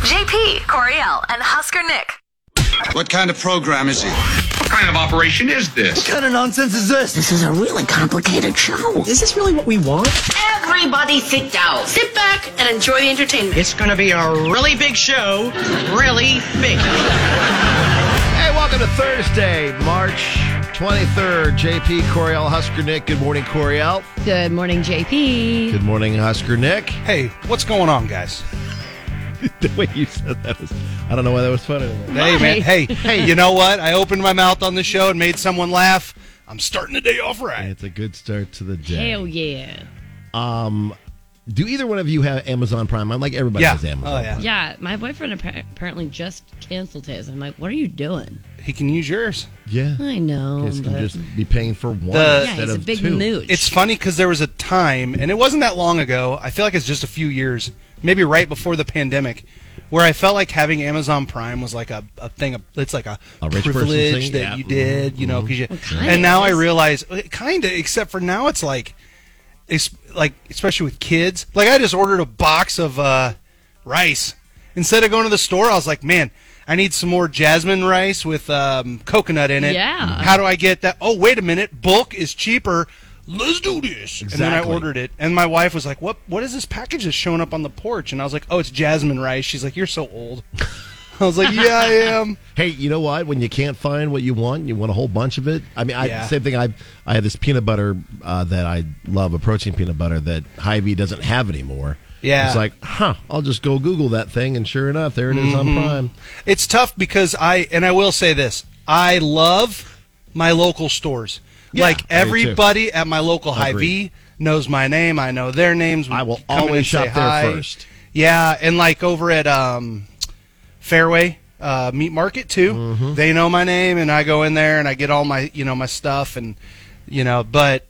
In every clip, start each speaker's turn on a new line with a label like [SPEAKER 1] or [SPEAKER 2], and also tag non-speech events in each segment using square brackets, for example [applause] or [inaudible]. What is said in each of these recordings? [SPEAKER 1] JP, Coriel, and Husker Nick.
[SPEAKER 2] What kind of program is it?
[SPEAKER 3] What kind of operation is this?
[SPEAKER 4] kind of nonsense is this?
[SPEAKER 5] This is a really complicated show.
[SPEAKER 6] Is this really what we want?
[SPEAKER 7] Everybody sit down. Sit back and enjoy the entertainment.
[SPEAKER 6] It's gonna be a really big show. Really big.
[SPEAKER 4] Hey, welcome to Thursday, March 23rd. JP, Coriel, Husker Nick. Good morning, Coriel.
[SPEAKER 8] Good morning, JP.
[SPEAKER 4] Good morning, Husker Nick. [laughs]
[SPEAKER 9] Hey, what's going on, guys?
[SPEAKER 4] the way you said that was, I don't know why that was funny.
[SPEAKER 9] Hey, man. Hey, hey, you know what? I opened my mouth on the show and made someone laugh. I'm starting the day off right.
[SPEAKER 4] It's a good start to the day.
[SPEAKER 8] Hell yeah.
[SPEAKER 4] Do either one of you have Amazon Prime? I'm like, everybody
[SPEAKER 9] Yeah.
[SPEAKER 4] has Amazon.
[SPEAKER 9] Oh, yeah.
[SPEAKER 8] Yeah, my boyfriend appa- apparently just canceled his. I'm like, what are you doing?
[SPEAKER 9] He can use yours.
[SPEAKER 4] Yeah.
[SPEAKER 8] I know.
[SPEAKER 4] Kids can
[SPEAKER 8] but-
[SPEAKER 4] just be paying for one
[SPEAKER 9] The-
[SPEAKER 8] yeah,
[SPEAKER 4] instead
[SPEAKER 8] he's a
[SPEAKER 4] of
[SPEAKER 8] big
[SPEAKER 4] two.
[SPEAKER 8] mooch.
[SPEAKER 9] It's funny because there was a time, and it wasn't that long ago. I feel like it's just a few years, maybe right before the pandemic, where I felt like having Amazon Prime was like a, a thing. Of, it's like a,
[SPEAKER 4] A rich person
[SPEAKER 9] privilege
[SPEAKER 4] thing,
[SPEAKER 9] that
[SPEAKER 4] yeah. Mm-hmm.
[SPEAKER 9] you did, you know. Cause you,
[SPEAKER 8] kinda
[SPEAKER 9] and now I
[SPEAKER 8] is.
[SPEAKER 9] realize, kind of, except for now, it's like, it's like especially with kids. Like I just ordered a box of uh, rice instead of going to the store. I was like, man. I need some more jasmine rice with um, coconut in it.
[SPEAKER 8] Yeah.
[SPEAKER 9] How do I get that? Oh, wait a minute. Bulk is cheaper. Let's do this. And then I
[SPEAKER 4] Exactly.
[SPEAKER 9] ordered it. And my wife was like, What what is this package that's showing up on the porch? And I was like, Oh, it's jasmine rice. She's like, You're so old. [laughs] I was like, Yeah, I am.
[SPEAKER 4] Hey, you know what? When you can't find what you want, you want a whole bunch of it. I mean, I,
[SPEAKER 9] Yeah.
[SPEAKER 4] same thing. I I had this peanut butter uh, that I love, a protein peanut butter that Hy-Vee doesn't have anymore.
[SPEAKER 9] Yeah.
[SPEAKER 4] it's like, huh? I'll just go Google that thing, and sure enough, there it is on
[SPEAKER 9] Mm-hmm.
[SPEAKER 4] Prime.
[SPEAKER 9] It's tough because I and I will say this. I love my local stores.
[SPEAKER 4] Yeah, I do
[SPEAKER 9] like
[SPEAKER 4] too.
[SPEAKER 9] everybody at my local
[SPEAKER 4] Agreed.
[SPEAKER 9] Hy-Vee knows my name. I know their names.
[SPEAKER 4] I will
[SPEAKER 9] Come in and
[SPEAKER 4] always
[SPEAKER 9] say
[SPEAKER 4] shop there
[SPEAKER 9] hi.
[SPEAKER 4] first.
[SPEAKER 9] Yeah, and like over at um, Fairway uh, Meat Market too,
[SPEAKER 4] Mm-hmm.
[SPEAKER 9] they know my name, and I go in there and I get all my you know my stuff and you know. But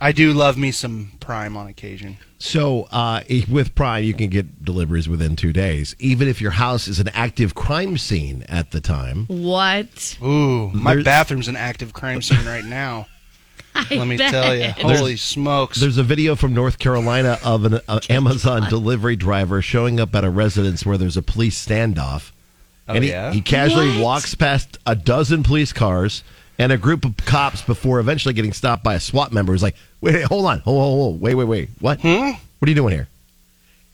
[SPEAKER 9] I do love me some Prime on occasion.
[SPEAKER 4] So uh, if- with Prime, you can get deliveries within two days, even if your house is an active crime scene at the time.
[SPEAKER 8] what?
[SPEAKER 9] Ooh, my
[SPEAKER 4] There's-
[SPEAKER 9] bathroom's an active crime scene right
[SPEAKER 4] [laughs]
[SPEAKER 9] now. Let me tell you, holy smokes!
[SPEAKER 4] There's a video from North Carolina of an uh, Amazon delivery driver showing up at a residence where there's a police standoff.
[SPEAKER 9] Oh,
[SPEAKER 4] and he,
[SPEAKER 9] yeah?
[SPEAKER 4] he casually
[SPEAKER 8] What?
[SPEAKER 4] walks past a dozen police cars and a group of cops before eventually getting stopped by a SWAT member who's like, wait, wait, hold on. Hold, hold, hold. Wait, wait, wait. What?
[SPEAKER 8] Hmm?
[SPEAKER 4] What are you doing here?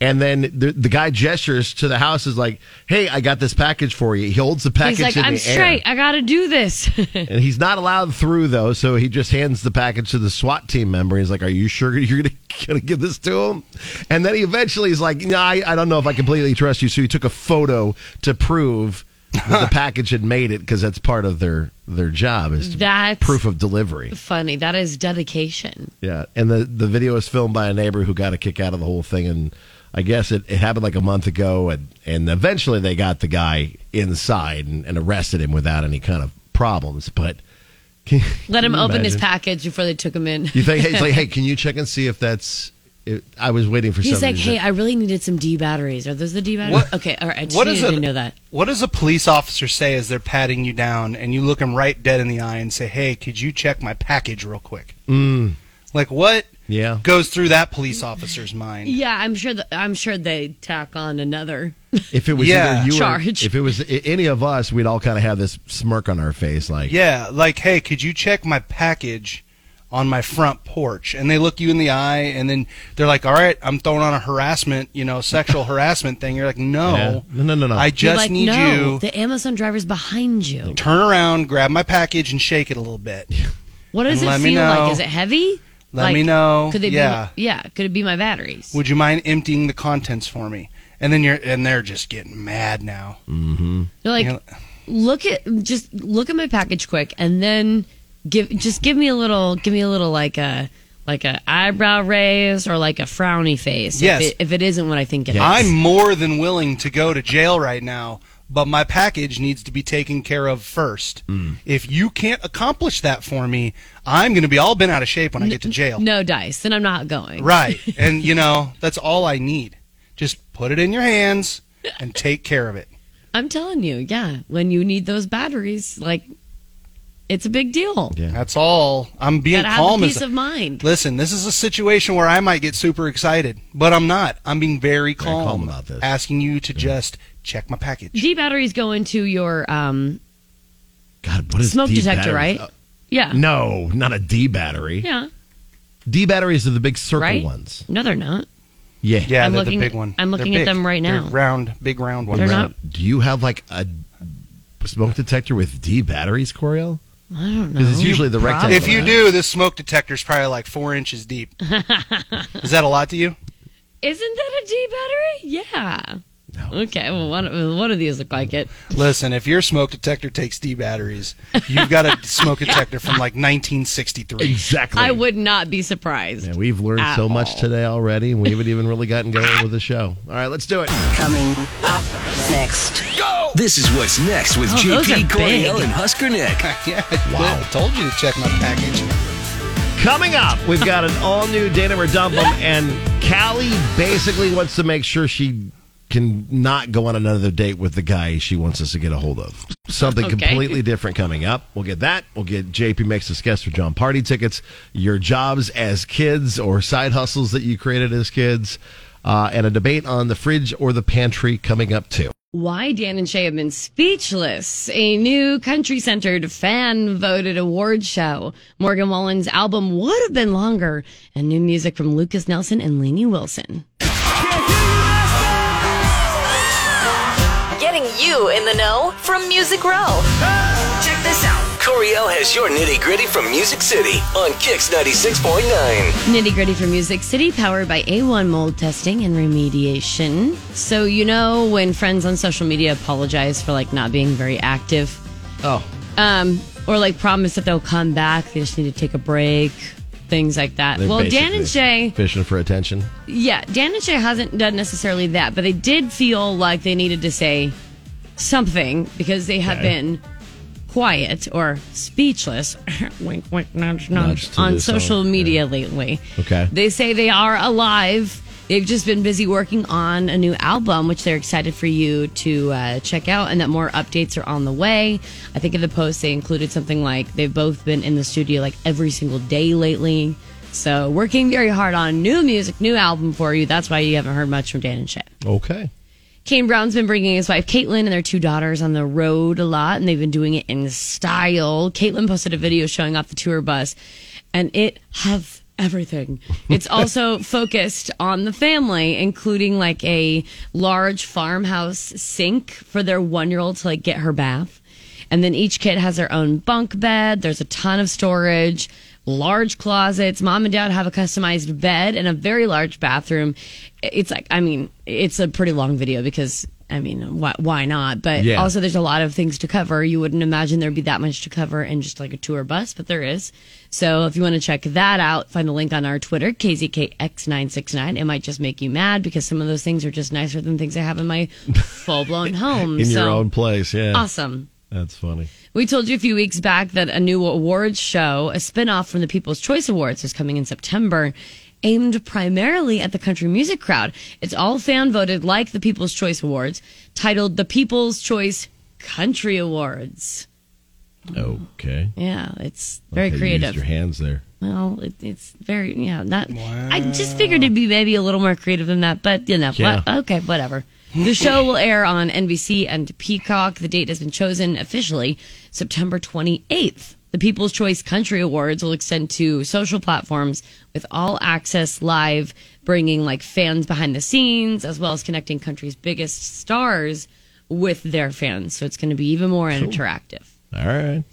[SPEAKER 4] And then the, the guy gestures to the house is like, hey, I got this package for you. He holds the package
[SPEAKER 8] He's like,
[SPEAKER 4] in
[SPEAKER 8] I'm
[SPEAKER 4] the air.
[SPEAKER 8] straight. I got to do this. [laughs]
[SPEAKER 4] And he's not allowed through though, so he just hands the package to the SWAT team member. He's like, "Are you sure you're gonna, [laughs] gonna give this to him?" And then he eventually is like, "No, I, I don't know if I completely trust you." So he took a photo to prove that the package had made it because that's part of their their job is to-
[SPEAKER 8] That's
[SPEAKER 4] proof of delivery.
[SPEAKER 8] funny. That is dedication.
[SPEAKER 4] Yeah, and the the video is filmed by a neighbor who got a kick out of the whole thing, and I guess it, it happened like a month ago, and and eventually they got the guy inside and, and arrested him without any kind of problems, but. can-
[SPEAKER 8] Let him
[SPEAKER 4] can you
[SPEAKER 8] open his
[SPEAKER 4] imagine?
[SPEAKER 8] package before they took him in.
[SPEAKER 4] You think hey, it's like, hey, can you check and see if that's? It, I was waiting for.
[SPEAKER 8] He's like,
[SPEAKER 4] somebody to-
[SPEAKER 8] hey, I really needed some D batteries. Are those the D batteries?
[SPEAKER 9] What-
[SPEAKER 8] Okay, all right. I just
[SPEAKER 9] what
[SPEAKER 8] needed
[SPEAKER 9] is it-
[SPEAKER 8] to know that.
[SPEAKER 9] What does a police officer say as they're patting you down and you look them right dead in the eye and say, "Hey, could you check my package real quick?" Mm. Like what
[SPEAKER 4] Yeah.
[SPEAKER 9] goes through that police officer's mind?
[SPEAKER 8] Yeah, I'm sure. The, I'm sure they tack on another.
[SPEAKER 4] if it was
[SPEAKER 9] Yeah.
[SPEAKER 4] either you or-
[SPEAKER 8] Charge.
[SPEAKER 4] if it was i- any of us, we'd all kind of have this smirk on our face, like,
[SPEAKER 9] Yeah, like, "Hey, could you check my package on my front porch?" And they look you in the eye and then they're like, "All right, I'm throwing on a harassment, you know, sexual harassment thing." You're like, "No.
[SPEAKER 4] Yeah. No, no, no, no.
[SPEAKER 9] I
[SPEAKER 8] You're
[SPEAKER 9] just
[SPEAKER 8] like,
[SPEAKER 9] need
[SPEAKER 8] no,
[SPEAKER 9] you
[SPEAKER 8] The Amazon driver's behind you.
[SPEAKER 9] turn around, grab my package and shake it a little bit."
[SPEAKER 8] What does
[SPEAKER 9] And
[SPEAKER 8] it
[SPEAKER 9] let
[SPEAKER 8] feel
[SPEAKER 9] me know.
[SPEAKER 8] like? Is it heavy?
[SPEAKER 9] Let
[SPEAKER 8] Like,
[SPEAKER 9] me know.
[SPEAKER 8] Could they
[SPEAKER 9] Yeah.
[SPEAKER 8] be? Yeah. Could it be my batteries?
[SPEAKER 9] would you mind emptying the contents for me and then you're and they're just getting mad now
[SPEAKER 8] They're like,
[SPEAKER 9] You know-
[SPEAKER 8] look at just look at my package quick, and then give just give me a little, give me a little like a like a eyebrow raise or like a frowny face.
[SPEAKER 9] Yes.
[SPEAKER 8] If it, if it isn't what I think it is.
[SPEAKER 9] i'm more than willing to go to jail right now but my package needs to be taken care of first if you can't accomplish that for me i'm going to be all bent out of shape when i get to jail
[SPEAKER 8] no dice, then I'm not going.
[SPEAKER 9] right
[SPEAKER 8] [laughs]
[SPEAKER 9] and you know that's all i need just put it in your hands and take care of it
[SPEAKER 8] I'm telling you, yeah. When you need those batteries, like It's a big deal.
[SPEAKER 4] Yeah.
[SPEAKER 9] That's all. I'm being
[SPEAKER 8] Gotta have
[SPEAKER 9] calm
[SPEAKER 8] the
[SPEAKER 9] as
[SPEAKER 8] peace of mind.
[SPEAKER 9] Listen, this is a situation where I might get super excited, but I'm not. I'm being very calm,
[SPEAKER 4] calm about this.
[SPEAKER 9] Asking you to just check my package.
[SPEAKER 8] D batteries go into your um,
[SPEAKER 4] God, what is
[SPEAKER 8] smoke
[SPEAKER 4] D
[SPEAKER 8] detector,
[SPEAKER 4] batteries?
[SPEAKER 8] right? Yeah.
[SPEAKER 4] Uh, No, not a D battery.
[SPEAKER 8] Yeah.
[SPEAKER 4] D batteries are the big circle
[SPEAKER 8] Right?
[SPEAKER 4] ones.
[SPEAKER 8] No, they're not.
[SPEAKER 4] Yeah.
[SPEAKER 9] Yeah,
[SPEAKER 8] I'm
[SPEAKER 9] they're
[SPEAKER 8] looking-
[SPEAKER 9] the big one.
[SPEAKER 8] I'm
[SPEAKER 9] They're
[SPEAKER 8] looking at
[SPEAKER 9] big.
[SPEAKER 8] them right
[SPEAKER 9] They're
[SPEAKER 8] now.
[SPEAKER 9] round, big round ones.
[SPEAKER 8] They're not.
[SPEAKER 4] Do you have like a smoke detector with D batteries, Coriel?
[SPEAKER 8] I don't know.
[SPEAKER 4] Because it's usually the rectangle.
[SPEAKER 9] If you do, this smoke detector's probably like four inches
[SPEAKER 8] [laughs]
[SPEAKER 9] deep. is that a lot to you?
[SPEAKER 8] Isn't that a D battery? Yeah.
[SPEAKER 4] No.
[SPEAKER 8] Okay. Well, one of, one of these look like it.
[SPEAKER 9] Listen, if your smoke detector takes D batteries, you've
[SPEAKER 8] [laughs]
[SPEAKER 9] got a smoke detector from like 1963.
[SPEAKER 4] Exactly.
[SPEAKER 8] I would not be surprised.
[SPEAKER 4] Man, we've learned
[SPEAKER 8] At
[SPEAKER 4] so much
[SPEAKER 8] all.
[SPEAKER 4] today already, and we haven't even really gotten going with the show. All right, let's do it.
[SPEAKER 5] Coming up next.
[SPEAKER 10] This is what's next with
[SPEAKER 8] Oh, those are
[SPEAKER 10] JP, Corey,
[SPEAKER 8] big.
[SPEAKER 10] and Husker Nick.
[SPEAKER 9] yeah, I
[SPEAKER 4] Wow.
[SPEAKER 9] told you to check my package.
[SPEAKER 4] Coming up, we've got an all new Dana Dumpum, and Callie basically wants to make sure she can not go on another date with the guy she wants us to get a hold of. Something
[SPEAKER 8] Okay.
[SPEAKER 4] completely different coming up. We'll get that. We'll get JP makes us guess for John Party tickets, your jobs as kids or side hustles that you created as kids, uh, and a debate on the fridge or the pantry coming up too.
[SPEAKER 8] Why Dan and Shay have been speechless. A new country centered fan voted award show. Morgan Wallen's album would have been longer and new music from Lucas Nelson and Lainey Wilson.
[SPEAKER 1] Getting you in the know from Music Row. Check this out.
[SPEAKER 10] Coriel has your nitty gritty from Music City on Kix 96.9.
[SPEAKER 8] Nitty gritty for Music City, powered by A1 mold testing and remediation. So, you know, when friends on social media apologize for like not being very active,
[SPEAKER 4] Oh,
[SPEAKER 8] um, or like promise that they'll come back, they just need to take a break, things like that.
[SPEAKER 4] they're
[SPEAKER 8] well, Dan and
[SPEAKER 4] basically
[SPEAKER 8] Shay.
[SPEAKER 4] fishing for attention.
[SPEAKER 8] Yeah, Dan and Shay hasn't done necessarily that, but they did feel like they needed to say something because they have been quiet or speechless, [laughs] wink, wink, nudge,
[SPEAKER 4] Nudge
[SPEAKER 8] nudge,
[SPEAKER 4] to
[SPEAKER 8] on
[SPEAKER 4] this
[SPEAKER 8] social
[SPEAKER 4] song, yeah.
[SPEAKER 8] media lately.
[SPEAKER 4] Okay.
[SPEAKER 8] They say they are alive. They've just been busy working on a new album, which they're excited for you to uh, check out, and that more updates are on the way. I think in the post they included something like they've both been in the studio like every single day lately. So working very hard on new music, new album for you. That's why you haven't heard much from Dan and Shay.
[SPEAKER 4] Okay.
[SPEAKER 8] Kane Brown's been bringing his wife Caitlin and their two daughters on the road a lot, and they've been doing it in style. Caitlin posted a video showing off the tour bus, and it have everything. It's also focused on the family, including like a large farmhouse sink for their one year old to like get her bath. And then each kid has their own bunk bed. There's a ton of storage, large closets. Mom and dad have a customized bed and a very large bathroom. It's like, I mean, it's a pretty long video because, I mean, why, why not? But
[SPEAKER 4] Yeah.
[SPEAKER 8] also, there's a lot of things to cover. You wouldn't imagine there'd be that much to cover in just like a tour bus, but there is. So if you want to check that out, find the link on our Twitter, KZKX969. It might just make you mad because some of those things are just nicer than things I have in
[SPEAKER 4] [laughs]
[SPEAKER 8] my full blown home.
[SPEAKER 4] In
[SPEAKER 8] so
[SPEAKER 4] your own place, yeah.
[SPEAKER 8] awesome.
[SPEAKER 4] That's funny.
[SPEAKER 8] We told you a few weeks back that a new awards show, a spinoff from the People's Choice Awards, is coming in September, aimed primarily at the country music crowd. It's all fan voted, like the People's Choice Awards, titled The People's Choice Country Awards.
[SPEAKER 4] Okay.
[SPEAKER 8] Yeah, it's very
[SPEAKER 4] Okay, you used
[SPEAKER 8] creative.
[SPEAKER 4] your hands there.
[SPEAKER 8] Well, it, it's very, yeah, not. I just figured it'd be maybe a little more creative than that, but you know,
[SPEAKER 4] Yeah.
[SPEAKER 8] what, okay, whatever. The show will air on NBC and Peacock. The date has been chosen officially September 28th. The People's Choice Country Awards will extend to social platforms with all access live, bringing like fans behind the scenes as well as connecting country's biggest stars with their fans. So it's going to be even more interactive.
[SPEAKER 4] All right.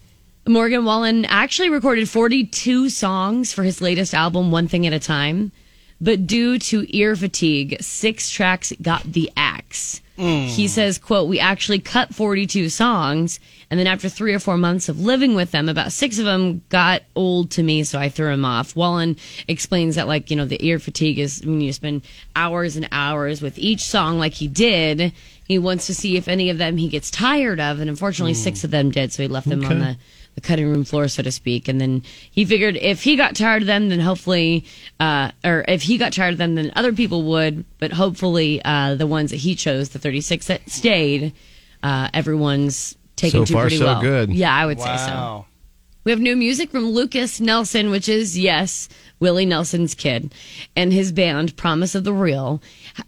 [SPEAKER 8] Morgan Wallen actually recorded 42 songs for his latest album, One Thing at a Time. But due to ear fatigue, six tracks got the axe. He says, quote, we actually cut 42 songs. And then after three or four months of living with them, about six of them got old to me. So I threw them off. Wallen explains that like, you know, the ear fatigue is when you spend hours and hours with each song like he did. He wants to see if any of them he gets tired of. And unfortunately, six of them did. So he left them on the the cutting room floor, so to speak. And then he figured if he got tired of them, then hopefully, uh, or if he got tired of them, then other people would. But hopefully, uh, the ones that he chose, the 36 that stayed, uh, everyone's taken
[SPEAKER 4] So
[SPEAKER 8] to
[SPEAKER 4] far,
[SPEAKER 8] pretty
[SPEAKER 4] so
[SPEAKER 8] well.
[SPEAKER 4] good.
[SPEAKER 8] Yeah, I would say so.
[SPEAKER 9] Wow.
[SPEAKER 8] We have new music from Lucas Nelson, which is, yes, Willie Nelson's kid, and his band, Promise of the Real.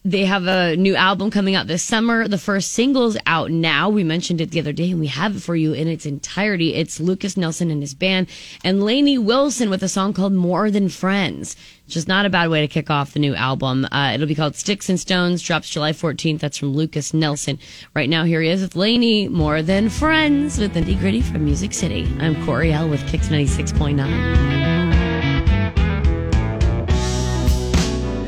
[SPEAKER 8] They have a new album coming out this summer. The first single's out now. We mentioned it the other day, and we have it for you in its entirety. It's Lucas Nelson and his band, and Lainey Wilson with a song called More Than Friends which is not a bad way to kick off the new album. Uh, it'll be called Sticks and Stones, drops July 14th. That's from Lucas Nelson. Right now, here he is with Laney, More Than Friends, with Nitty Gritty from Music City. I'm Corey L. with Kicks 96.9.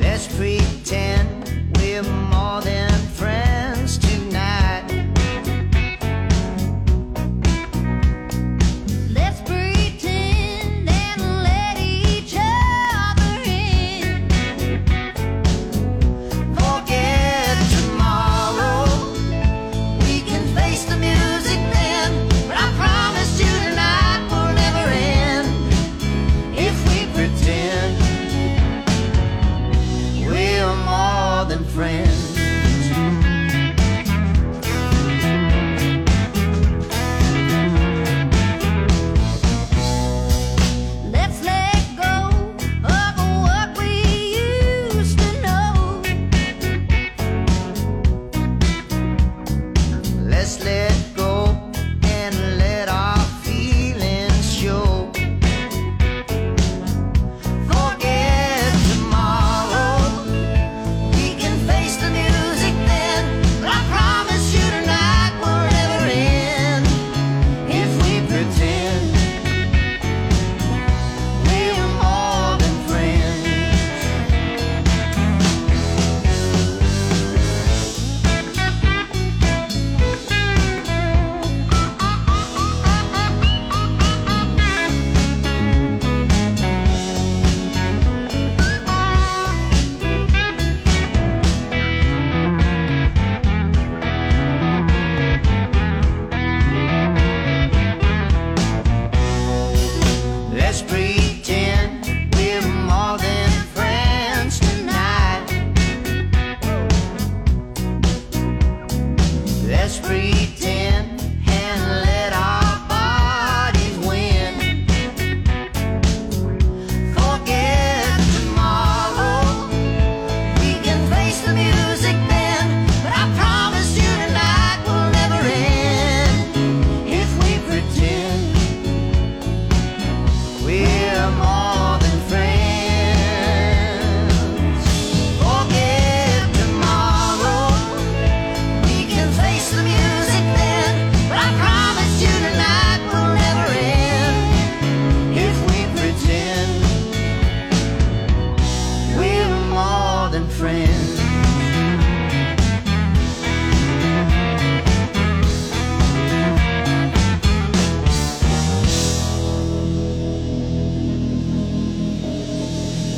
[SPEAKER 11] Let's pretend we're more than friends tonight. Let's pretend and let each other in. Forget tomorrow. We can face the music then. But I promise you tonight will never end if we pretend. We're more than friends. Let's let go of what we used to know. Let's let go and let our feelings show. Forget tomorrow. We can face the music then, but I promise you tonight will never end if we pretend we're more than friends. Let's pretend we're more than friends tonight. Let's pretend and let our bodies win. Forget tomorrow. We can face the music then, but I promise you tonight will never end if we pretend. We're more than friends. Forget tomorrow. We can face the music then. But I promise you tonight will never end if we pretend we're more than friends.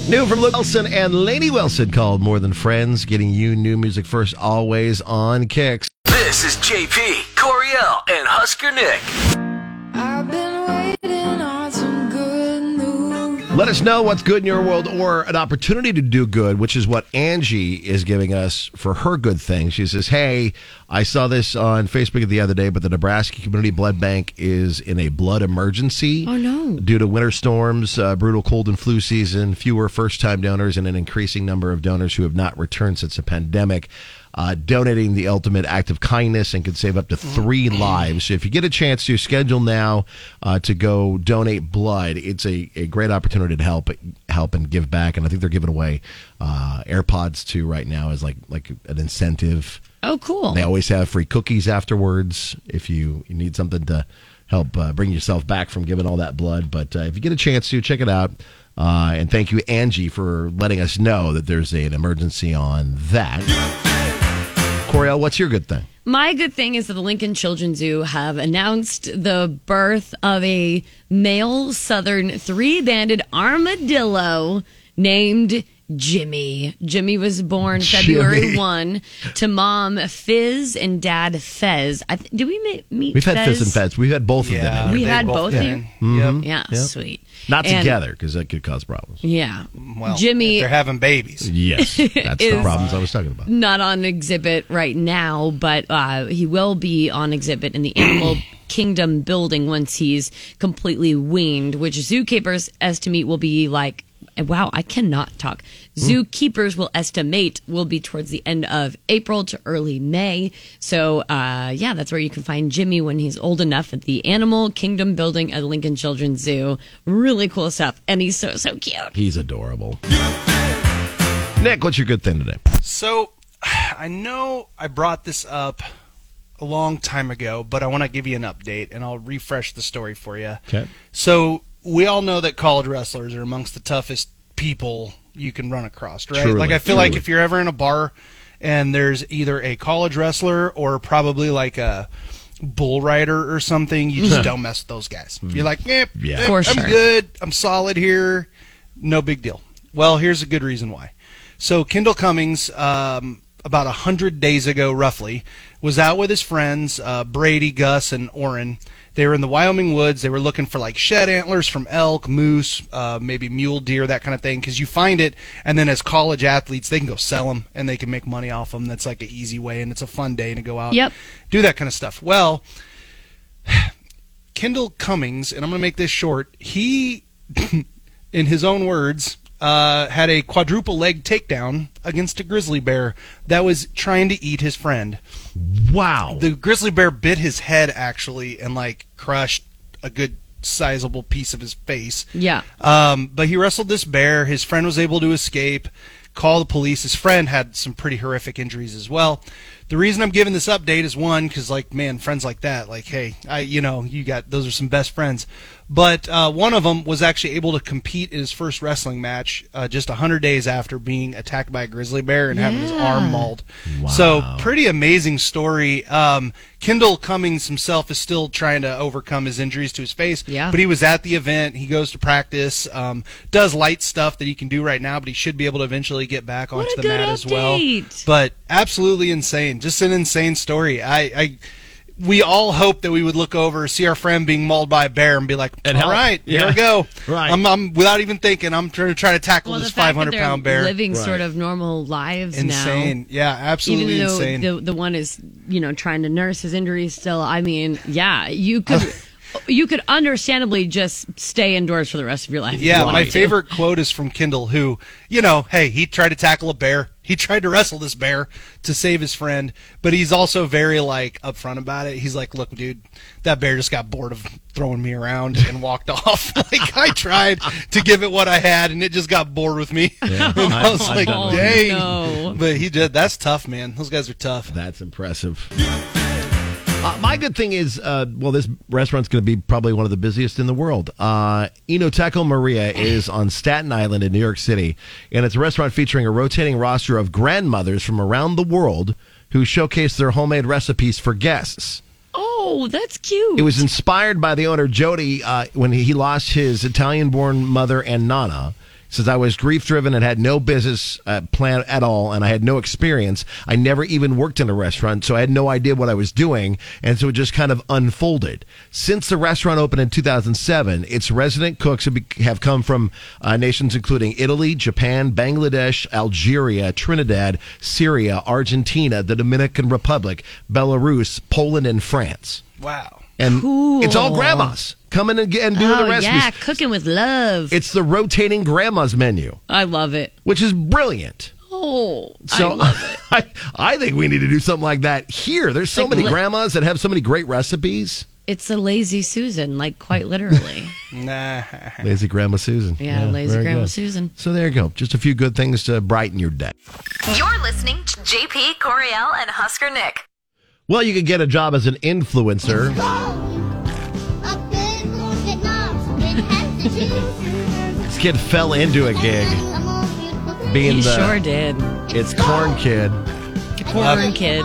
[SPEAKER 4] New from Luke Wilson and Lady Wilson called More Than Friends, getting you new music first, always on Kicks.
[SPEAKER 10] This is JP, Coriel, and Husker Nick.
[SPEAKER 12] I've been waiting on some good news.
[SPEAKER 4] Let us know what's good in your world or an opportunity to do good, which is what Angie is giving us for her good thing. She says, Hey, I saw this on Facebook the other day, but the Nebraska Community Blood Bank is in a blood emergency.
[SPEAKER 8] Oh, no.
[SPEAKER 4] Due to winter storms, uh, brutal cold and flu season, fewer first time donors, and an increasing number of donors who have not returned since the pandemic. Uh, donating the ultimate act of kindness and can save up to three lives. So if you get a chance to schedule now uh, to go donate blood, it's a, a great opportunity to help help and give back. And I think they're giving away uh, AirPods too right now as like like an incentive.
[SPEAKER 8] Oh, cool.
[SPEAKER 4] They always have free cookies afterwards if you, you need something to help uh, bring yourself back from giving all that blood. But uh, if you get a chance to, check it out. Uh, and thank you, Angie, for letting us know that there's an emergency on that. Coriel, what's your good thing?
[SPEAKER 8] My good thing is that the Lincoln Children's Zoo have announced the birth of a male southern three banded armadillo named Jimmy. Jimmy was born February
[SPEAKER 4] Jimmy.
[SPEAKER 8] 1 to mom Fizz and dad Fez. I th- did we meet, meet
[SPEAKER 4] We've had Fizz and Feds. We've had both of them. in
[SPEAKER 8] We
[SPEAKER 4] here.
[SPEAKER 8] had both, of
[SPEAKER 4] Yeah.
[SPEAKER 8] you.
[SPEAKER 4] Mhm.
[SPEAKER 8] Yeah,
[SPEAKER 4] Yep.
[SPEAKER 8] sweet.
[SPEAKER 4] Not
[SPEAKER 8] And-
[SPEAKER 4] together because that could cause problems.
[SPEAKER 8] Yeah.
[SPEAKER 9] Well,
[SPEAKER 8] Jimmy
[SPEAKER 9] if they're having babies.
[SPEAKER 8] [laughs]
[SPEAKER 4] Yes, that's the
[SPEAKER 8] Is-
[SPEAKER 4] problems I was talking about.
[SPEAKER 8] not on exhibit right now, but uh, he will be on exhibit in the
[SPEAKER 9] [clears throat]
[SPEAKER 8] Animal Kingdom building once he's completely weaned, which zookeepers estimate will be like. Wow, I cannot talk.
[SPEAKER 9] Hmm.
[SPEAKER 8] Zookeepers will estimate will be towards the end of April to early May. So, uh, yeah, that's where you can find Jimmy when he's old enough at the Animal Kingdom building at Lincoln Children's Zoo. Really cool stuff. And he's so, so cute.
[SPEAKER 4] He's adorable. Nick, what's your good thing today?
[SPEAKER 9] So, [sighs] I know I brought this up a long time ago, but I want to give you an update and I'll refresh the story for you.
[SPEAKER 4] Okay.
[SPEAKER 9] So, we all know that college wrestlers are amongst the toughest people you can run across, right?
[SPEAKER 4] Truly,
[SPEAKER 9] like, I feel like
[SPEAKER 4] truly.
[SPEAKER 9] if you're ever in a bar and there's either a college wrestler or probably like a bull rider or something, you just don't mess with those guys. You're like, eh,
[SPEAKER 4] Hmm. Yeah.
[SPEAKER 9] eh,
[SPEAKER 4] For
[SPEAKER 9] I'm
[SPEAKER 4] sure.
[SPEAKER 9] good. I'm solid here. No big deal. Well, here's a good reason why. So Kendall Cummings, um, about a hundred days ago, roughly, was out with his friends uh, Brady, Gus, and Oren. They were in the Wyoming woods. They were looking for like shed antlers from elk, moose, uh, maybe mule deer, that kind of thing. Because you find it, and then as college athletes, they can go sell them and they can make money off them. That's like an easy way, and it's a fun day to go out,
[SPEAKER 8] Yep.
[SPEAKER 9] do that kind of stuff. Well, Kendall Cummings, and I'm going to make this short. He, [laughs] in his own words, uh, had a quadruple leg takedown against a grizzly bear that was trying to eat his friend.
[SPEAKER 4] Wow.
[SPEAKER 9] The grizzly bear bit his head actually and like crushed a good sizable piece of his face.
[SPEAKER 8] Yeah.
[SPEAKER 9] Um, but he wrestled this bear. His friend was able to escape, call the police. His friend had some pretty horrific injuries as well. The reason I'm giving this update is one, because like, man, friends like that, like, hey, I, you know, you got those are some best friends. But uh, one of them was actually able to compete in his first wrestling match uh, just 100 days after being attacked by a grizzly bear and having his arm mauled. So pretty amazing story. Um, Kendall Cummings himself is still trying to overcome his injuries to his face.
[SPEAKER 8] Yeah.
[SPEAKER 9] But he was at the event. He goes to practice. Um, does light stuff that he can do right now, but he should be able to eventually get back onto
[SPEAKER 8] a
[SPEAKER 9] the
[SPEAKER 8] good
[SPEAKER 9] mat as well.
[SPEAKER 8] update.
[SPEAKER 9] But absolutely insane. Just an insane story. I. I we all hope that we would look over, see our friend being mauled by a bear, and be like,
[SPEAKER 4] And
[SPEAKER 9] "All
[SPEAKER 4] help."
[SPEAKER 9] right,
[SPEAKER 4] Yeah.
[SPEAKER 9] here I go."
[SPEAKER 4] [laughs] Right.
[SPEAKER 9] I'm, I'm without even thinking. I'm trying to try to tackle
[SPEAKER 8] Well, the
[SPEAKER 9] this
[SPEAKER 8] fact that
[SPEAKER 9] 500
[SPEAKER 8] they're
[SPEAKER 9] pound bear.
[SPEAKER 8] living
[SPEAKER 4] Right.
[SPEAKER 8] sort of normal lives now.
[SPEAKER 9] insane. Yeah, absolutely
[SPEAKER 8] even though
[SPEAKER 9] insane.
[SPEAKER 8] the the one is you know trying to nurse his injuries still i mean yeah you could you could understandably just stay indoors for the rest of your life if you
[SPEAKER 9] Yeah,
[SPEAKER 8] wanted
[SPEAKER 9] my
[SPEAKER 8] to.
[SPEAKER 9] favorite quote is from Kendall, who, you know, hey, he tried to tackle a bear. He tried to wrestle this bear to save his friend, but he's also very like upfront about it. He's like, "Look, dude, that bear just got bored of throwing me around and walked off. [laughs] like I tried to give it what I had, and it just got bored with me." [laughs] and I
[SPEAKER 4] I've-
[SPEAKER 9] was
[SPEAKER 4] I've
[SPEAKER 9] like,
[SPEAKER 4] done that.
[SPEAKER 9] "Dang!"
[SPEAKER 8] Oh, no.
[SPEAKER 9] But he did. That's tough, man. Those guys are tough.
[SPEAKER 4] That's impressive. Uh, my good thing is, uh, well, this restaurant's going to be probably one of the busiest in the world. Uh, Enoteco Maria is on Staten Island in New York City, and it's a restaurant featuring a rotating roster of grandmothers from around the world who showcase their homemade recipes for guests.
[SPEAKER 8] oh that's cute
[SPEAKER 4] It was inspired by the owner Jody uh, when he he lost his Italian-born mother and Nana. He Says I was grief-driven and had no business uh, plan at all, and I had no experience. I never even worked in a restaurant, so I had no idea what I was doing, and so it just kind of unfolded. Since the restaurant opened in 2007, its resident cooks have, be- have come from uh, nations including Italy, Japan, Bangladesh, Algeria, Trinidad, Syria, Argentina, the Dominican Republic, Belarus, Poland, and France
[SPEAKER 9] Wow.
[SPEAKER 4] and it's all
[SPEAKER 8] Cool.
[SPEAKER 4] grandmas coming and, and doing
[SPEAKER 8] oh
[SPEAKER 4] the recipes.
[SPEAKER 8] yeah cooking with love
[SPEAKER 4] It's the rotating grandmas menu,
[SPEAKER 8] i love it
[SPEAKER 4] which is brilliant.
[SPEAKER 8] oh
[SPEAKER 4] So
[SPEAKER 8] i
[SPEAKER 4] [laughs]
[SPEAKER 8] love it
[SPEAKER 4] I, I think we need to do something like that here. There's so
[SPEAKER 8] Like
[SPEAKER 4] many
[SPEAKER 8] li-
[SPEAKER 4] grandmas that have so many great recipes.
[SPEAKER 8] it's a lazy susan like quite literally
[SPEAKER 9] Nah.
[SPEAKER 4] Lazy Grandma Susan.
[SPEAKER 8] yeah, lazy
[SPEAKER 4] very
[SPEAKER 8] grandma
[SPEAKER 4] good.
[SPEAKER 8] susan
[SPEAKER 4] So there you go. Just a few good things to brighten your day.
[SPEAKER 1] You're listening to JP, Coriel, and Husker Nick.
[SPEAKER 4] Well, you could get a job as an influencer. This kid fell into a gig being
[SPEAKER 8] he
[SPEAKER 4] the
[SPEAKER 8] sure did
[SPEAKER 4] it's corn kid.
[SPEAKER 8] corn kid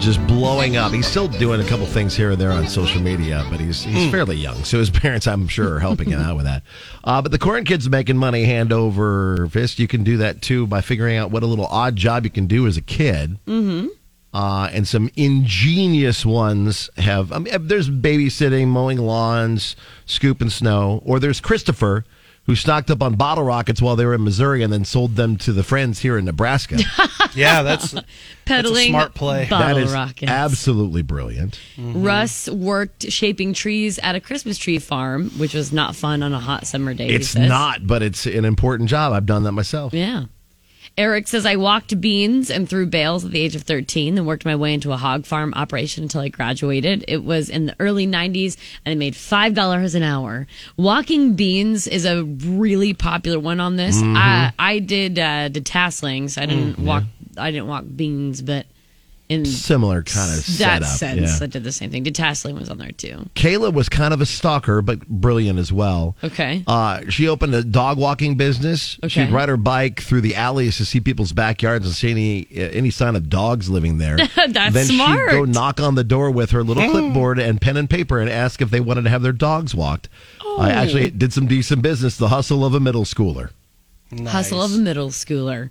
[SPEAKER 4] just blowing up. He's still doing a couple things here and there on social media, but he's
[SPEAKER 8] Hmm.
[SPEAKER 4] he's fairly young, so his [laughs] parents, I'm sure, are helping him out with that. Uh, but the Corn Kid's making money hand over fist. You can do that too by figuring out what a little odd job you can do as a kid.
[SPEAKER 8] Mm-hmm.
[SPEAKER 4] Uh, and some ingenious ones have. I mean, uh, there's babysitting, mowing lawns, scooping snow, or there's Christopher, who stocked up on bottle rockets while they were in Missouri and then sold them to the friends here in Nebraska.
[SPEAKER 9] yeah, that's
[SPEAKER 8] Peddling
[SPEAKER 9] smart play.
[SPEAKER 8] [laughs] bottle
[SPEAKER 4] that is
[SPEAKER 8] rockets.
[SPEAKER 4] absolutely brilliant.
[SPEAKER 8] Russ worked shaping trees at a Christmas tree farm, which was not fun on a hot summer day. he
[SPEAKER 4] It's
[SPEAKER 8] says.
[SPEAKER 4] not, but it's an important job. I've done that myself.
[SPEAKER 8] Yeah. Eric says, I walked beans and threw bales at the age of 13, then worked my way into a hog farm operation until I graduated. It was in the early 90s and I made $5 an hour. Walking beans is a really popular one on this.
[SPEAKER 4] Mm-hmm.
[SPEAKER 13] Mhm.
[SPEAKER 8] I, I did, uh, did tasslings. I
[SPEAKER 4] Mm,
[SPEAKER 8] didn't walk, I didn't walk beans, but in
[SPEAKER 4] Similar kind of
[SPEAKER 8] that
[SPEAKER 4] setup,
[SPEAKER 8] sense,
[SPEAKER 4] yeah.
[SPEAKER 8] I did the same thing. Did tassling was on there too.
[SPEAKER 4] Kayla was kind of a stalker, but brilliant as well.
[SPEAKER 8] Okay.
[SPEAKER 4] Uh, she opened a dog walking business.
[SPEAKER 8] Okay.
[SPEAKER 4] She'd ride her bike through the alleys to see people's backyards and see any uh, any sign of dogs living there.
[SPEAKER 8] [laughs] That's
[SPEAKER 4] then
[SPEAKER 8] smart.
[SPEAKER 4] she'd go knock on the door with her little clipboard and pen and paper and ask if they wanted to have their dogs walked.
[SPEAKER 8] Oh.
[SPEAKER 4] I actually did some decent business. The hustle of a middle schooler.
[SPEAKER 8] Hustle of a middle schooler.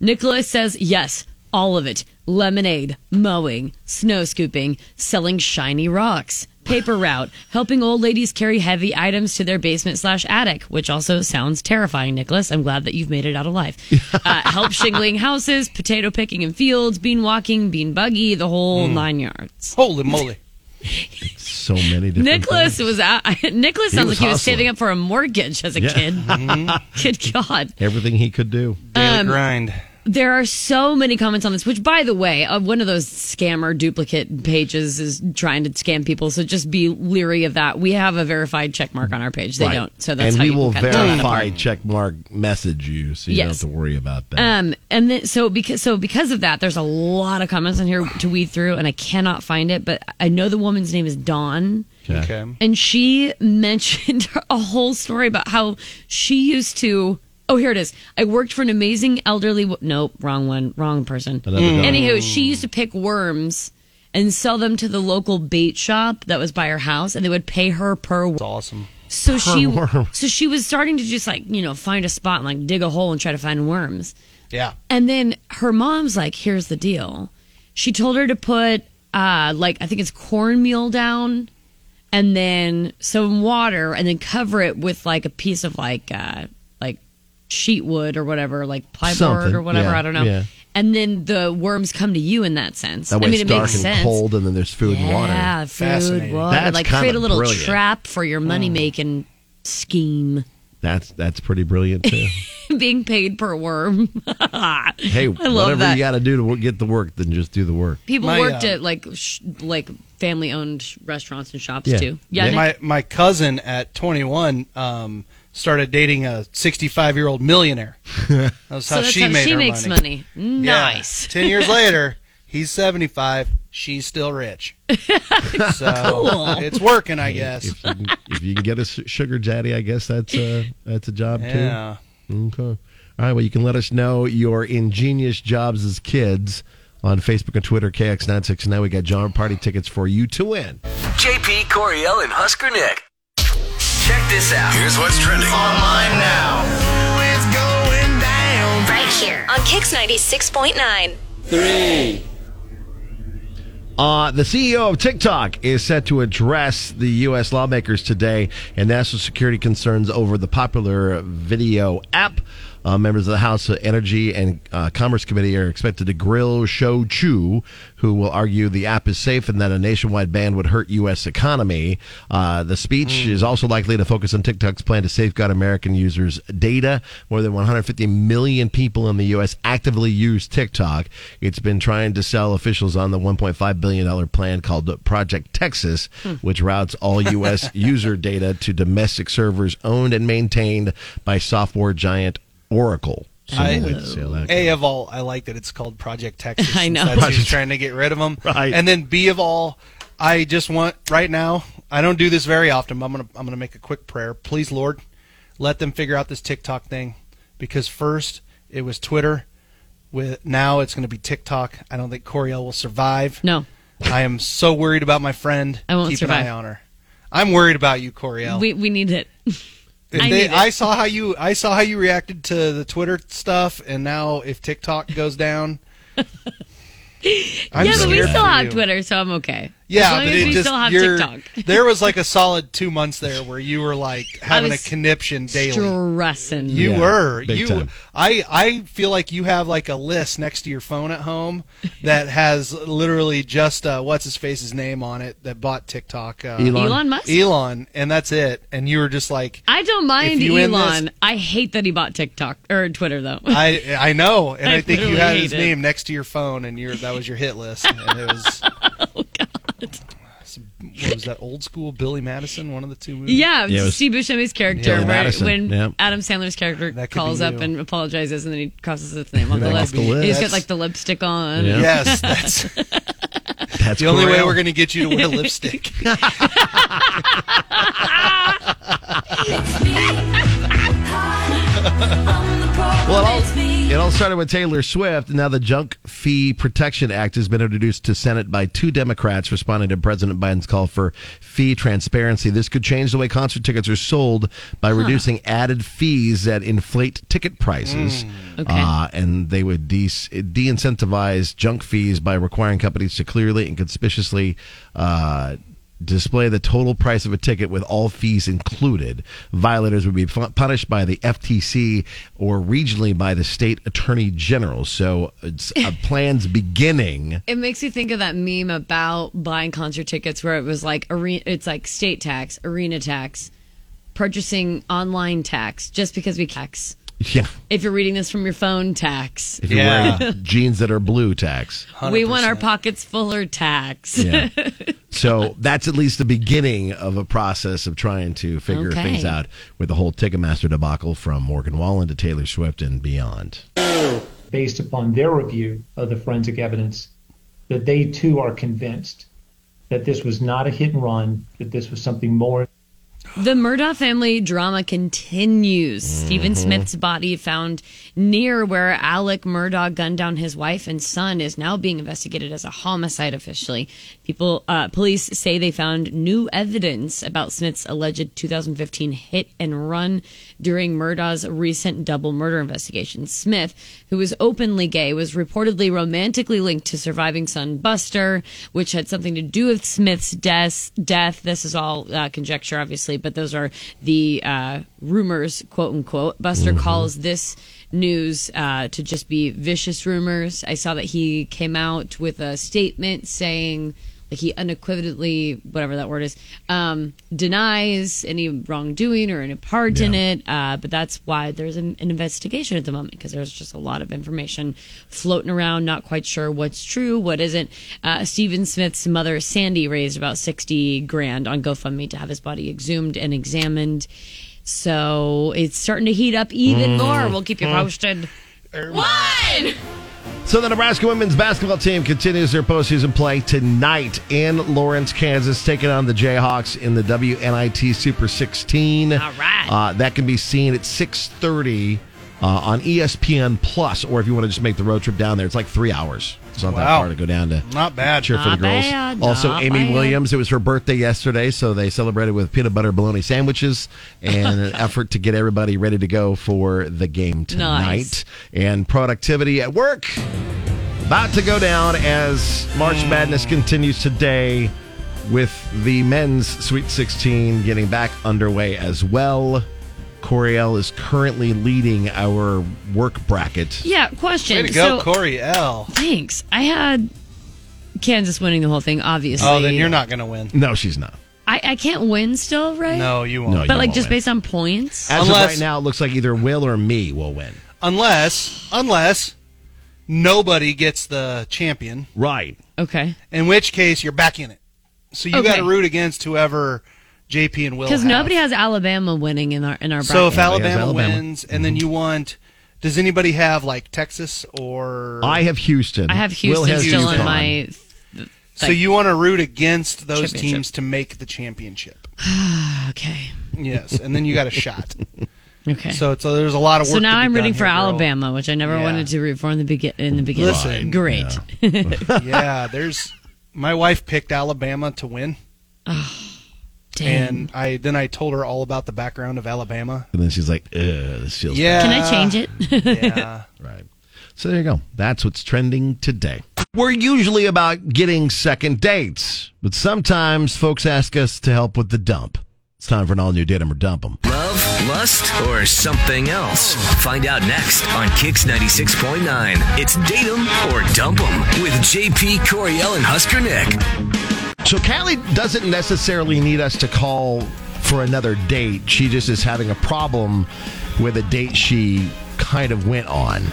[SPEAKER 8] Nicholas says, yes, all of it. Lemonade, mowing, snow scooping, selling shiny rocks, paper route, helping old ladies carry heavy items to their basement slash attic, which also sounds terrifying, Nicholas. I'm glad that you've made it out
[SPEAKER 4] [laughs]
[SPEAKER 8] alive. Uh, help shingling houses, potato picking in fields, bean walking, bean buggy, the whole
[SPEAKER 9] Mm.
[SPEAKER 8] nine yards.
[SPEAKER 9] Holy moly!
[SPEAKER 4] So many different
[SPEAKER 8] Nicholas was out. [laughs] Nicholas
[SPEAKER 4] He
[SPEAKER 8] sounds
[SPEAKER 4] was
[SPEAKER 8] like he was
[SPEAKER 4] hustling.
[SPEAKER 8] saving up for a mortgage as a
[SPEAKER 4] Yeah. [laughs] Mm-hmm.
[SPEAKER 8] kid. Good God.
[SPEAKER 4] Everything he could do.
[SPEAKER 8] Daily Um,
[SPEAKER 9] grind.
[SPEAKER 8] There are so many comments on this, which, by the way, uh, one of those scammer duplicate pages is trying to scam people. So just be leery of that. We have a verified check mark on our page. They
[SPEAKER 4] Right.
[SPEAKER 8] don't. So that's how
[SPEAKER 4] and we
[SPEAKER 8] you
[SPEAKER 4] will
[SPEAKER 8] can cut that apart.
[SPEAKER 4] verify check mark message you, so you
[SPEAKER 8] Yes.
[SPEAKER 4] don't have to worry about that.
[SPEAKER 8] Um, and then so because so because of that, there's a lot of comments on here to weed through, and I cannot find it. But I know the woman's name is Dawn.
[SPEAKER 9] Okay.
[SPEAKER 8] And she mentioned [laughs] a whole story about how she used to. Oh, here it is. I worked for an amazing elderly. Wo- nope, wrong one, wrong person.
[SPEAKER 13] Another dog.
[SPEAKER 8] Anywho, she used to pick worms and sell them to the local bait shop that was by her house, and they would pay her per. That's
[SPEAKER 9] awesome.
[SPEAKER 8] So
[SPEAKER 9] Per
[SPEAKER 8] she,
[SPEAKER 9] worm.
[SPEAKER 8] so she was starting to just like you know find a spot and like dig a hole and try to find worms.
[SPEAKER 9] Yeah.
[SPEAKER 8] And then her mom's like, here's the deal. She told her to put, uh, like, I think it's cornmeal down and then some water and then cover it with like a piece of like, uh, like sheet wood or whatever, like plyboard
[SPEAKER 4] Something,
[SPEAKER 8] or whatever.
[SPEAKER 4] yeah,
[SPEAKER 8] I don't know.
[SPEAKER 4] yeah.
[SPEAKER 8] And then the worms come to you in that sense.
[SPEAKER 4] That way
[SPEAKER 8] I mean,
[SPEAKER 4] it's
[SPEAKER 8] it
[SPEAKER 4] dark
[SPEAKER 8] makes
[SPEAKER 4] and
[SPEAKER 8] sense.
[SPEAKER 4] cold, and then there's food and water.
[SPEAKER 8] Yeah, food, water.
[SPEAKER 4] That's
[SPEAKER 8] like
[SPEAKER 4] kinda
[SPEAKER 8] create a little
[SPEAKER 4] brilliant.
[SPEAKER 8] trap for your money making scheme. [laughs]
[SPEAKER 4] That's that's pretty brilliant too.
[SPEAKER 8] Being paid per
[SPEAKER 4] [laughs]
[SPEAKER 8] worm. [laughs] hey,
[SPEAKER 4] hey, whatever you got to do to wo- get the work, then just do the work.
[SPEAKER 8] People
[SPEAKER 9] My,
[SPEAKER 8] worked
[SPEAKER 9] uh,
[SPEAKER 8] at like sh- like family owned restaurants and shops too. Yeah,
[SPEAKER 9] my my cousin at 21 um, started dating a 65 year old millionaire. That's how
[SPEAKER 8] [laughs] so that's
[SPEAKER 9] she
[SPEAKER 8] how
[SPEAKER 9] made
[SPEAKER 8] she
[SPEAKER 9] her
[SPEAKER 8] makes money.
[SPEAKER 9] Yeah. [laughs]
[SPEAKER 8] Nice.
[SPEAKER 9] Ten years
[SPEAKER 8] [laughs]
[SPEAKER 9] later, he's 75. She's still rich. So
[SPEAKER 8] Cool.
[SPEAKER 9] it's working, I guess.
[SPEAKER 4] If you can, if you can get a s- sugar daddy, I guess
[SPEAKER 8] [laughs]
[SPEAKER 4] that's a that's a job
[SPEAKER 9] Yeah.
[SPEAKER 4] too. Okay. All right. Well, you can let us know your ingenious jobs as kids on Facebook and Twitter. KX nine six nine. We got John Party tickets for you to win.
[SPEAKER 10] JP Coriel and Husker Nick. Check this out. Here's what's trending online now.
[SPEAKER 1] It's going down. Right here on Kix 96.9.
[SPEAKER 4] Three. Uh, the CEO of TikTok is set to address the U.S. lawmakers today and national security concerns over the popular video app. Uh, members of the House Energy and uh, Commerce Committee are expected to grill Shou Chu, who will argue the app is safe and that a nationwide ban would hurt U.S. economy. Uh, the speech is also likely to focus on TikTok's plan to safeguard American users' data. More than 150 million people in the U.S. actively use TikTok. It's been trying to sell officials on the 1.5 billion dollar plan called Project Texas, which routes all U.S. user data to domestic servers owned and maintained by software giant Oracle. So
[SPEAKER 9] I,
[SPEAKER 4] we'll wait to see how that
[SPEAKER 9] a of all, I like that it's called Project
[SPEAKER 8] [laughs]
[SPEAKER 9] Texas.
[SPEAKER 8] I know.
[SPEAKER 9] since That's who's
[SPEAKER 4] Project-
[SPEAKER 9] trying to get rid of them.
[SPEAKER 4] Right.
[SPEAKER 9] And then B of all, I just want right now. I don't do this very often. But I'm gonna I'm gonna make a quick prayer. Please, Lord, let them figure out this TikTok thing, because first it was Twitter, With now, it's going to be TikTok. I don't think Coriel will survive.
[SPEAKER 8] No.
[SPEAKER 9] I am so worried about my friend.
[SPEAKER 8] I won't
[SPEAKER 9] Keep
[SPEAKER 8] survive.
[SPEAKER 9] an eye on her. I'm worried about you, Coriel.
[SPEAKER 8] We, we need it.
[SPEAKER 9] And
[SPEAKER 8] I
[SPEAKER 9] they-
[SPEAKER 8] need it.
[SPEAKER 9] I saw how you I saw how you reacted to the Twitter stuff, and now if TikTok goes
[SPEAKER 8] [laughs]
[SPEAKER 9] down, I'm
[SPEAKER 8] yeah, but we
[SPEAKER 9] scared
[SPEAKER 8] still
[SPEAKER 9] for
[SPEAKER 8] have
[SPEAKER 9] you.
[SPEAKER 8] Twitter, so I'm okay. as
[SPEAKER 9] Yeah,
[SPEAKER 8] long
[SPEAKER 9] but
[SPEAKER 8] as
[SPEAKER 9] it
[SPEAKER 8] we
[SPEAKER 9] just
[SPEAKER 8] still have
[SPEAKER 9] you're-
[SPEAKER 8] TikTok. [laughs]
[SPEAKER 9] there was like a solid two months there where you were like having a
[SPEAKER 8] was
[SPEAKER 9] conniption daily.
[SPEAKER 8] Stressing.
[SPEAKER 9] you were
[SPEAKER 4] big
[SPEAKER 9] you.
[SPEAKER 4] time.
[SPEAKER 9] I I feel like you have like a list next to your phone at home that has literally just uh, what's his face's name on it that bought TikTok. Uh,
[SPEAKER 4] Elon.
[SPEAKER 8] Elon Musk?
[SPEAKER 9] Elon, and that's it. And you were just like,
[SPEAKER 8] I don't mind
[SPEAKER 9] If you end
[SPEAKER 8] Elon.
[SPEAKER 9] this- Uh,
[SPEAKER 8] I hate that he bought TikTok or Twitter though.
[SPEAKER 9] I I know, and I,
[SPEAKER 8] I
[SPEAKER 9] think you
[SPEAKER 8] literally
[SPEAKER 9] had
[SPEAKER 8] hate
[SPEAKER 9] his
[SPEAKER 8] it.
[SPEAKER 9] name next to your phone, and your that was your hit list, and it
[SPEAKER 8] [laughs]
[SPEAKER 9] was. oh God. What was that old school Billy Madison? One of the two movies.
[SPEAKER 8] [laughs] yeah,
[SPEAKER 4] Yeah, it was-
[SPEAKER 8] Steve Buscemi's character,
[SPEAKER 4] Yeah,
[SPEAKER 8] where
[SPEAKER 4] Madison,
[SPEAKER 8] when
[SPEAKER 4] yeah.
[SPEAKER 8] Adam Sandler's character
[SPEAKER 9] That could
[SPEAKER 8] calls
[SPEAKER 9] be
[SPEAKER 8] up
[SPEAKER 9] you.
[SPEAKER 8] and apologizes, and then he crosses his name on the
[SPEAKER 4] That could
[SPEAKER 8] list.
[SPEAKER 4] be-
[SPEAKER 8] He's got
[SPEAKER 9] that's-
[SPEAKER 8] like the lipstick on.
[SPEAKER 4] Yeah.
[SPEAKER 9] Yes,
[SPEAKER 8] [laughs]
[SPEAKER 9] that's
[SPEAKER 4] That's
[SPEAKER 9] the only way
[SPEAKER 4] Coriel.
[SPEAKER 9] we're going to get you to wear
[SPEAKER 8] [laughs]
[SPEAKER 9] lipstick.
[SPEAKER 4] Well, it all, it all started with Taylor Swift. Now, the Junk Fee Protection Act has been introduced to Senate by two Democrats responding to President Biden's call for fee transparency. This could change the way concert tickets are sold by reducing added fees that inflate ticket prices.
[SPEAKER 8] Okay.
[SPEAKER 4] Uh, and they would de incentivize junk fees by requiring companies to clearly and conspicuously. Uh, display the total price of a ticket with all fees included. Violators would be fu- punished by the FTC or regionally by the state attorney general. So it's a plan's beginning.
[SPEAKER 8] It makes me think of that meme about buying concert tickets where it was like arena, it's like state tax, arena tax, purchasing online tax, just because we tax.
[SPEAKER 4] Yeah.
[SPEAKER 8] If you're reading this from your phone, tax.
[SPEAKER 4] If you're
[SPEAKER 9] Yeah.
[SPEAKER 4] wearing jeans that are blue, tax.
[SPEAKER 8] We want our pockets fuller tax.
[SPEAKER 4] Yeah. So that's at least the beginning of a process of trying to figure
[SPEAKER 8] Okay.
[SPEAKER 4] things out with the whole Ticketmaster debacle from Morgan Wallen to Taylor Swift and beyond.
[SPEAKER 13] based upon their review of the forensic evidence, that they too are convinced that this was not a hit and run, that this was something more.
[SPEAKER 8] The Murdaugh family drama continues. Stephen Smith's body found near where Alec Murdaugh gunned down his wife and son is now being investigated as a homicide officially. People, uh, police say they found new evidence about Smith's alleged 2015 hit and run during Murdaugh's recent double murder investigation. Smith, who was openly gay, was reportedly romantically linked to surviving son Buster, which had something to do with Smith's death. Death. This is all uh, conjecture, obviously, but those are the uh, rumors, quote unquote. Buster calls this news uh, to just be vicious rumors. I saw that he came out with a statement saying. Like he unequivocally, whatever that word is, um, denies any wrongdoing or any part in
[SPEAKER 4] Yeah.
[SPEAKER 8] it it, uh, but that's why there's an, an investigation at the moment because there's just a lot of information floating around, not quite sure what's true, what isn't. Uh, Stephen Smith's mother, Sandy, raised about 60 grand on GoFundMe to have his body exhumed and examined. So it's starting to heat up even
[SPEAKER 9] Mm-hmm.
[SPEAKER 8] more. We'll keep you posted. One!
[SPEAKER 4] So the Nebraska women's basketball team continues their postseason play tonight in Lawrence, Kansas, taking on the Jayhawks in the WNIT Super 16. All
[SPEAKER 8] right.
[SPEAKER 4] Uh, that can be seen at 6.30 uh, on ESPN Plus, or if you want to just make the road trip down there, it's like three hours. It's not that
[SPEAKER 9] Wow.
[SPEAKER 4] far to go down to
[SPEAKER 9] Not bad.
[SPEAKER 4] cheer for the
[SPEAKER 8] Not
[SPEAKER 4] girls.
[SPEAKER 8] bad,
[SPEAKER 4] also,
[SPEAKER 8] not
[SPEAKER 4] Amy
[SPEAKER 8] bad.
[SPEAKER 4] Williams, it was her birthday yesterday, so they celebrated with peanut butter bologna sandwiches
[SPEAKER 8] [laughs]
[SPEAKER 4] and an effort to get everybody ready to go for the game tonight.
[SPEAKER 8] Nice.
[SPEAKER 4] And productivity at work about to go down as March Madness continues today with the men's Sweet 16 getting back underway as well. Coriel is currently leading our work bracket.
[SPEAKER 8] Yeah, question.
[SPEAKER 9] Way to go,
[SPEAKER 8] So-
[SPEAKER 9] Corey L.
[SPEAKER 8] Thanks. I had Kansas winning the whole thing, obviously.
[SPEAKER 9] Oh, then you're not going to win.
[SPEAKER 4] No, she's not.
[SPEAKER 8] I, I can't win still, right?
[SPEAKER 9] No, you won't.
[SPEAKER 4] No, you
[SPEAKER 8] But, like,
[SPEAKER 4] won't
[SPEAKER 8] just
[SPEAKER 4] win.
[SPEAKER 8] based on points?
[SPEAKER 4] As of
[SPEAKER 9] Unless-
[SPEAKER 4] right now, it looks like either Will or me will win.
[SPEAKER 9] Unless, unless nobody gets the champion,
[SPEAKER 4] Right.
[SPEAKER 8] Okay.
[SPEAKER 9] in which case you're back in it. So you
[SPEAKER 8] Okay.
[SPEAKER 9] got to root against whoever JP and Will.
[SPEAKER 8] Because
[SPEAKER 9] have.
[SPEAKER 8] nobody has Alabama winning in our in our bracket.
[SPEAKER 9] So if
[SPEAKER 4] Nobody has
[SPEAKER 9] Alabama,
[SPEAKER 4] Alabama. Mm-hmm.
[SPEAKER 9] wins, and then you want, does anybody have like Texas or?
[SPEAKER 4] I have Houston.
[SPEAKER 8] I have
[SPEAKER 4] Will
[SPEAKER 8] Houston
[SPEAKER 4] has
[SPEAKER 8] still
[SPEAKER 4] UConn.
[SPEAKER 8] on my.
[SPEAKER 9] so you want to root against those
[SPEAKER 8] Championship.
[SPEAKER 9] teams to make the championship.
[SPEAKER 8] Okay. [laughs]
[SPEAKER 9] Yes, and then you got a shot.
[SPEAKER 8] Okay.
[SPEAKER 9] So it's, so there's a lot of work.
[SPEAKER 8] So
[SPEAKER 9] to
[SPEAKER 8] now
[SPEAKER 9] be
[SPEAKER 8] I'm
[SPEAKER 9] done
[SPEAKER 8] rooting for
[SPEAKER 9] here, girl.
[SPEAKER 8] Alabama, which I never
[SPEAKER 9] Yeah.
[SPEAKER 8] wanted to root for in the begin in the beginning.
[SPEAKER 9] Listen,
[SPEAKER 8] great.
[SPEAKER 9] [laughs]
[SPEAKER 8] [laughs]
[SPEAKER 9] yeah, there's my wife picked Alabama to win.
[SPEAKER 8] Damn.
[SPEAKER 9] And I then I told her all about the background of Alabama.
[SPEAKER 4] And then she's like, Ugh, this feels
[SPEAKER 9] Yeah.
[SPEAKER 4] bad."
[SPEAKER 8] Can I change it? [laughs]
[SPEAKER 14] Um,
[SPEAKER 9] yeah.
[SPEAKER 4] Right. So there you go. That's what's trending today. We're usually about getting second dates, but sometimes folks ask us to help with the dump. It's time for an all new date 'em or dump 'em.
[SPEAKER 10] Love, lust, or something else? Find out next on Kix 96.9. It's Date 'em or Dump 'em with JP Coriel and Husker Nick.
[SPEAKER 4] So Callie doesn't necessarily need us to call for another date. She just is having a problem with a date she kind of went on.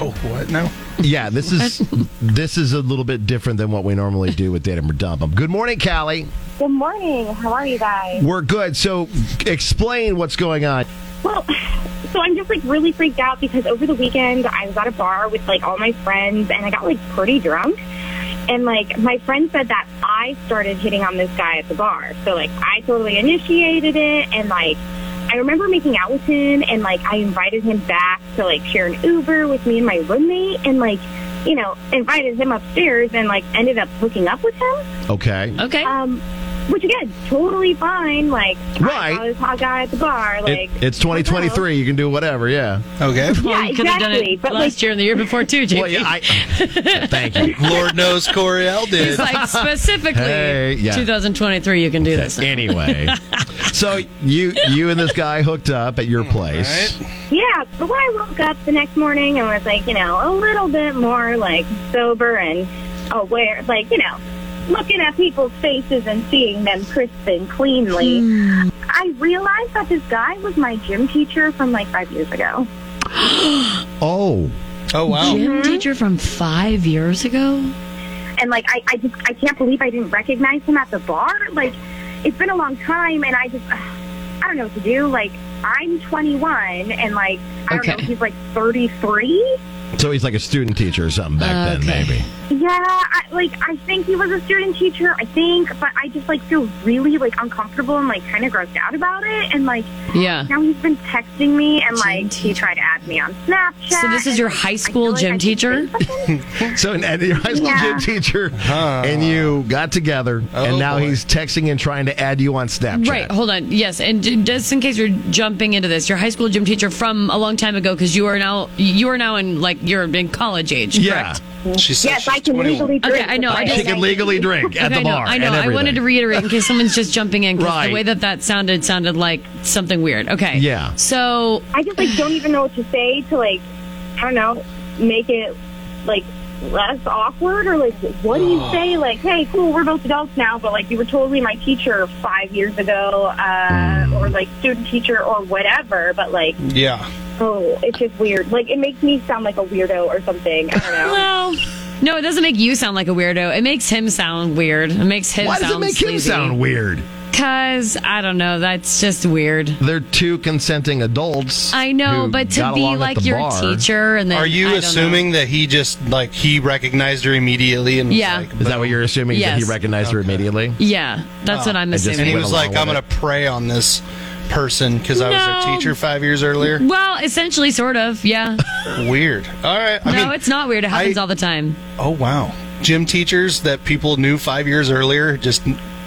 [SPEAKER 9] Oh, what now?
[SPEAKER 4] Yeah, this is this is a little bit different than what we normally do with date 'em or dump 'em. Good morning, Callie.
[SPEAKER 14] Good morning. How are you guys?
[SPEAKER 4] We're good. So explain what's going on.
[SPEAKER 14] Well, so I'm just like really freaked out because over the weekend I was at a bar with like all my friends and I got like pretty drunk. And like my friend said that I started hitting on this guy at the bar. So like I totally initiated it and like I remember making out with him and like I invited him back to like share an Uber with me and my roommate and like, you know, invited him upstairs and like ended up hooking up with him.
[SPEAKER 4] Okay.
[SPEAKER 8] Okay.
[SPEAKER 14] Um, which again, totally fine. Like,
[SPEAKER 4] Right.
[SPEAKER 14] I saw this hot guy at the bar. Like,
[SPEAKER 4] It- it's 2023. You can do whatever. Yeah.
[SPEAKER 9] Okay.
[SPEAKER 14] yeah,
[SPEAKER 8] you could have done
[SPEAKER 14] exactly.
[SPEAKER 8] it
[SPEAKER 14] But
[SPEAKER 8] last
[SPEAKER 14] like,
[SPEAKER 8] year and the year before too, JP. [laughs]
[SPEAKER 4] Well, yeah, I, thank you.
[SPEAKER 9] Lord knows Coriel did.
[SPEAKER 8] He's like specifically
[SPEAKER 4] Hey, yeah.
[SPEAKER 8] 2023. You can do this. now.
[SPEAKER 4] Anyway, so you you and this guy hooked up at your place.
[SPEAKER 14] yeah. But when I woke up the next morning and was like, you know, a little bit more like sober and aware, like, you know, looking at people's faces and seeing them crisp and cleanly, I realized that this guy was my gym teacher from like five years ago.
[SPEAKER 4] Oh,
[SPEAKER 9] Oh wow.
[SPEAKER 8] Gym
[SPEAKER 14] Mm-hmm.
[SPEAKER 8] teacher from five years ago.
[SPEAKER 14] and like I, I just I can't believe I didn't recognize him at the bar. Like it's been a long time, and I just I don't know what to do. Like I'm 21, and like I don't
[SPEAKER 8] Okay.
[SPEAKER 14] know, he's like 33.
[SPEAKER 4] So he's like a student teacher or something back then, maybe.
[SPEAKER 14] Yeah, I, like I think he was a student teacher. I think, but I just like feel really like uncomfortable and like kind of grossed out about it. And like
[SPEAKER 8] Yeah.
[SPEAKER 14] now he's been texting me, and like he tried to add me on Snapchat.
[SPEAKER 8] So this is
[SPEAKER 14] and,
[SPEAKER 8] your
[SPEAKER 14] like,
[SPEAKER 8] high
[SPEAKER 14] I
[SPEAKER 8] school
[SPEAKER 14] feel like
[SPEAKER 8] gym
[SPEAKER 14] I should
[SPEAKER 8] teacher?
[SPEAKER 4] So and, and your high school
[SPEAKER 14] Yeah.
[SPEAKER 4] gym teacher and you got together, and now he's texting and trying to add you on Snapchat.
[SPEAKER 8] Right. Hold on. Yes, and j- just in case you're jumping into this, your high school gym teacher from a long time ago, because you are now you are now in like you're in college age.
[SPEAKER 4] Yeah.
[SPEAKER 9] She said
[SPEAKER 14] Yes, I can legally drink.
[SPEAKER 8] Okay, I know, I
[SPEAKER 14] but,
[SPEAKER 8] just-
[SPEAKER 4] She
[SPEAKER 14] like,
[SPEAKER 4] can legally drink at
[SPEAKER 8] Okay,
[SPEAKER 4] the bar.
[SPEAKER 8] I know. I
[SPEAKER 4] and
[SPEAKER 8] know. I wanted to
[SPEAKER 4] everything.
[SPEAKER 8] reiterate in
[SPEAKER 4] [laughs]
[SPEAKER 8] case someone's just jumping in because
[SPEAKER 4] Right.
[SPEAKER 8] the way that that sounded sounded like something weird. Okay.
[SPEAKER 4] Yeah.
[SPEAKER 8] So
[SPEAKER 14] I just like don't even know what to say to like I don't know make it like less awkward or like what do you say like hey cool we're both adults now but like you were totally my teacher five years ago uh, or like student teacher or whatever but like
[SPEAKER 9] Yeah.
[SPEAKER 14] oh it's just weird like it makes me sound like a weirdo or something I
[SPEAKER 8] [laughs]
[SPEAKER 14] don't know
[SPEAKER 8] well. No, it doesn't make you sound like a weirdo. It makes him sound weird. It makes him
[SPEAKER 4] Why does
[SPEAKER 8] sound
[SPEAKER 4] it make him
[SPEAKER 8] sleazy.
[SPEAKER 4] sound weird?
[SPEAKER 8] Because, I don't know, that's just weird.
[SPEAKER 4] They're two consenting adults.
[SPEAKER 8] I know,
[SPEAKER 4] who
[SPEAKER 8] but to
[SPEAKER 4] got
[SPEAKER 8] be
[SPEAKER 4] along at
[SPEAKER 8] like
[SPEAKER 4] the
[SPEAKER 8] your
[SPEAKER 4] bar.
[SPEAKER 8] teacher and then.
[SPEAKER 9] Are you
[SPEAKER 8] I don't know.
[SPEAKER 9] assuming that he just like he recognized her immediately and was
[SPEAKER 8] Yeah.
[SPEAKER 9] like,
[SPEAKER 4] Is that what you're assuming? is That he
[SPEAKER 8] Yes.
[SPEAKER 4] recognized her immediately?
[SPEAKER 8] Yeah, that's what I'm
[SPEAKER 4] Ah. I just
[SPEAKER 8] assuming.
[SPEAKER 9] and he
[SPEAKER 4] went
[SPEAKER 9] was
[SPEAKER 4] along
[SPEAKER 9] like,
[SPEAKER 4] with
[SPEAKER 9] I'm
[SPEAKER 4] it.
[SPEAKER 9] going to prey on this person because I was
[SPEAKER 8] No.
[SPEAKER 9] their teacher five years earlier.
[SPEAKER 8] [laughs] Well, essentially, sort of, yeah.
[SPEAKER 9] Weird. All right. [laughs] I
[SPEAKER 8] no,
[SPEAKER 9] mean,
[SPEAKER 8] it's not weird. It happens
[SPEAKER 9] I-
[SPEAKER 8] all the time.
[SPEAKER 9] oh wow, gym teachers that people knew five years earlier just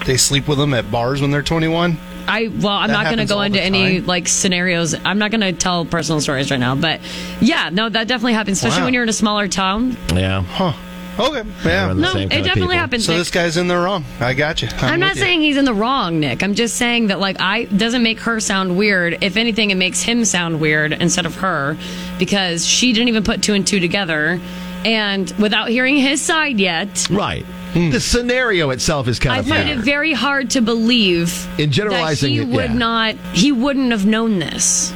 [SPEAKER 9] they sleep with them at bars when they're 21.
[SPEAKER 8] I well,
[SPEAKER 9] That
[SPEAKER 8] I'm not going to
[SPEAKER 9] happens
[SPEAKER 8] go
[SPEAKER 9] all
[SPEAKER 8] into
[SPEAKER 9] the
[SPEAKER 8] any
[SPEAKER 9] time.
[SPEAKER 8] like scenarios. I'm not going to tell personal stories right now, but yeah, no, that definitely happens, especially
[SPEAKER 9] Wow.
[SPEAKER 8] when you're in a smaller town.
[SPEAKER 4] Yeah.
[SPEAKER 9] Huh. Okay.
[SPEAKER 4] They're
[SPEAKER 9] Yeah.
[SPEAKER 4] on the
[SPEAKER 8] No,
[SPEAKER 4] same
[SPEAKER 8] it
[SPEAKER 4] kind of
[SPEAKER 8] definitely
[SPEAKER 4] people.
[SPEAKER 8] happens.
[SPEAKER 9] So
[SPEAKER 8] Nick.
[SPEAKER 9] this guy's in the wrong. I got you.
[SPEAKER 8] I'm not
[SPEAKER 9] with you.
[SPEAKER 8] saying he's in the wrong, Nick. I'm just saying that like I doesn't make her sound weird. If anything, it makes him sound weird instead of her because she didn't even put two and two together, and without hearing his side yet.
[SPEAKER 4] Right. The scenario itself is kind
[SPEAKER 8] I
[SPEAKER 4] of
[SPEAKER 8] find
[SPEAKER 4] weird.
[SPEAKER 8] it very hard to believe
[SPEAKER 4] In
[SPEAKER 8] that
[SPEAKER 4] generalizing
[SPEAKER 8] he
[SPEAKER 4] it,
[SPEAKER 8] would
[SPEAKER 4] yeah.
[SPEAKER 8] not he wouldn't have known this.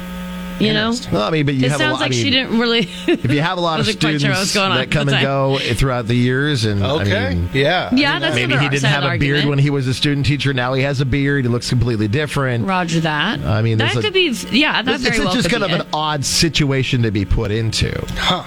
[SPEAKER 8] You know?
[SPEAKER 4] Well, I mean, but you
[SPEAKER 8] it
[SPEAKER 4] have a
[SPEAKER 8] sounds
[SPEAKER 4] lot- I
[SPEAKER 8] like she
[SPEAKER 4] mean,
[SPEAKER 8] didn't really
[SPEAKER 4] If you have a lot of
[SPEAKER 8] Wasn't quite sure
[SPEAKER 4] students
[SPEAKER 8] what was going on
[SPEAKER 4] that
[SPEAKER 8] at
[SPEAKER 4] come
[SPEAKER 8] the
[SPEAKER 4] and go throughout the years, and
[SPEAKER 9] Okay.
[SPEAKER 4] I mean,
[SPEAKER 9] yeah.
[SPEAKER 8] [laughs] Yeah, that's
[SPEAKER 4] maybe
[SPEAKER 8] another
[SPEAKER 4] he didn't
[SPEAKER 8] side
[SPEAKER 4] have
[SPEAKER 8] of
[SPEAKER 4] a
[SPEAKER 8] the
[SPEAKER 4] beard
[SPEAKER 8] argument.
[SPEAKER 4] when he was a student teacher. Now he has a beard. He looks completely different.
[SPEAKER 8] Roger that.
[SPEAKER 4] I mean,
[SPEAKER 8] that
[SPEAKER 4] there's a-
[SPEAKER 8] could be yeah, that
[SPEAKER 4] It's,
[SPEAKER 8] very
[SPEAKER 4] it's
[SPEAKER 8] well
[SPEAKER 4] just
[SPEAKER 8] could
[SPEAKER 4] kind of
[SPEAKER 8] be
[SPEAKER 4] an
[SPEAKER 8] it.
[SPEAKER 4] odd situation to be put into.
[SPEAKER 9] Huh.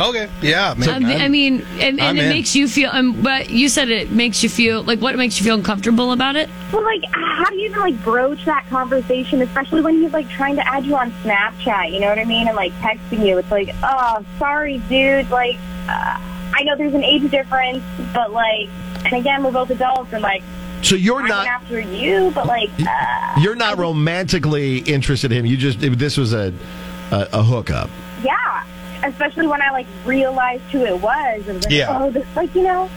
[SPEAKER 9] Okay. Yeah. man,
[SPEAKER 8] Um, I
[SPEAKER 9] I'm-
[SPEAKER 8] mean, and,
[SPEAKER 9] I'm
[SPEAKER 8] and it
[SPEAKER 9] in.
[SPEAKER 8] makes you feel. Um, but you said it makes you feel like what makes you feel uncomfortable about it?
[SPEAKER 14] Well, like, how do you even like broach that conversation, especially when he's like trying to add you on Snapchat? You know what I mean? And like texting you, it's like, oh, sorry, dude. Like, uh, I know there's an age difference, but like, and again, we're both adults, and like,
[SPEAKER 4] So you're
[SPEAKER 14] I'm
[SPEAKER 4] not
[SPEAKER 14] after you, but like, uh,
[SPEAKER 4] you're not romantically interested in him. You just this was a a, a hookup.
[SPEAKER 14] yeah. Especially when I like realized who it was, and like,
[SPEAKER 9] Yeah.
[SPEAKER 14] oh, this like you know,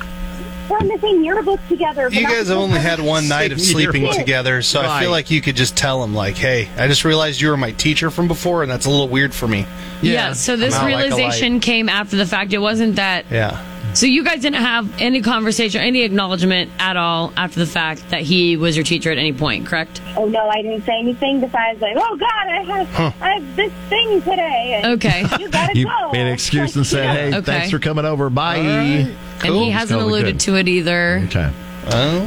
[SPEAKER 14] we're in the same yearbook together. but
[SPEAKER 9] You
[SPEAKER 14] not
[SPEAKER 9] guys have
[SPEAKER 14] the same
[SPEAKER 9] only had
[SPEAKER 14] person.
[SPEAKER 9] one night of sleeping together, so I feel
[SPEAKER 4] Right.
[SPEAKER 9] like you could just tell him, like, "Hey, I just realized you were my teacher from before, and that's a little weird for me."
[SPEAKER 8] Yeah. so this
[SPEAKER 9] I'm out like a light.
[SPEAKER 8] realization came after the fact. It wasn't that.
[SPEAKER 9] yeah,
[SPEAKER 8] So you guys didn't have any conversation, any acknowledgement at all after the fact that he was your teacher at any point, correct?
[SPEAKER 14] Oh no, I didn't say anything besides like, oh God, I have
[SPEAKER 4] Huh.
[SPEAKER 14] I have this thing today. And
[SPEAKER 8] Okay.
[SPEAKER 14] you gotta
[SPEAKER 4] You
[SPEAKER 14] go.
[SPEAKER 4] made an excuse and said, "Hey,
[SPEAKER 8] Okay.
[SPEAKER 4] thanks for coming over. Bye."
[SPEAKER 8] And he hasn't alluded to it either.
[SPEAKER 4] Okay.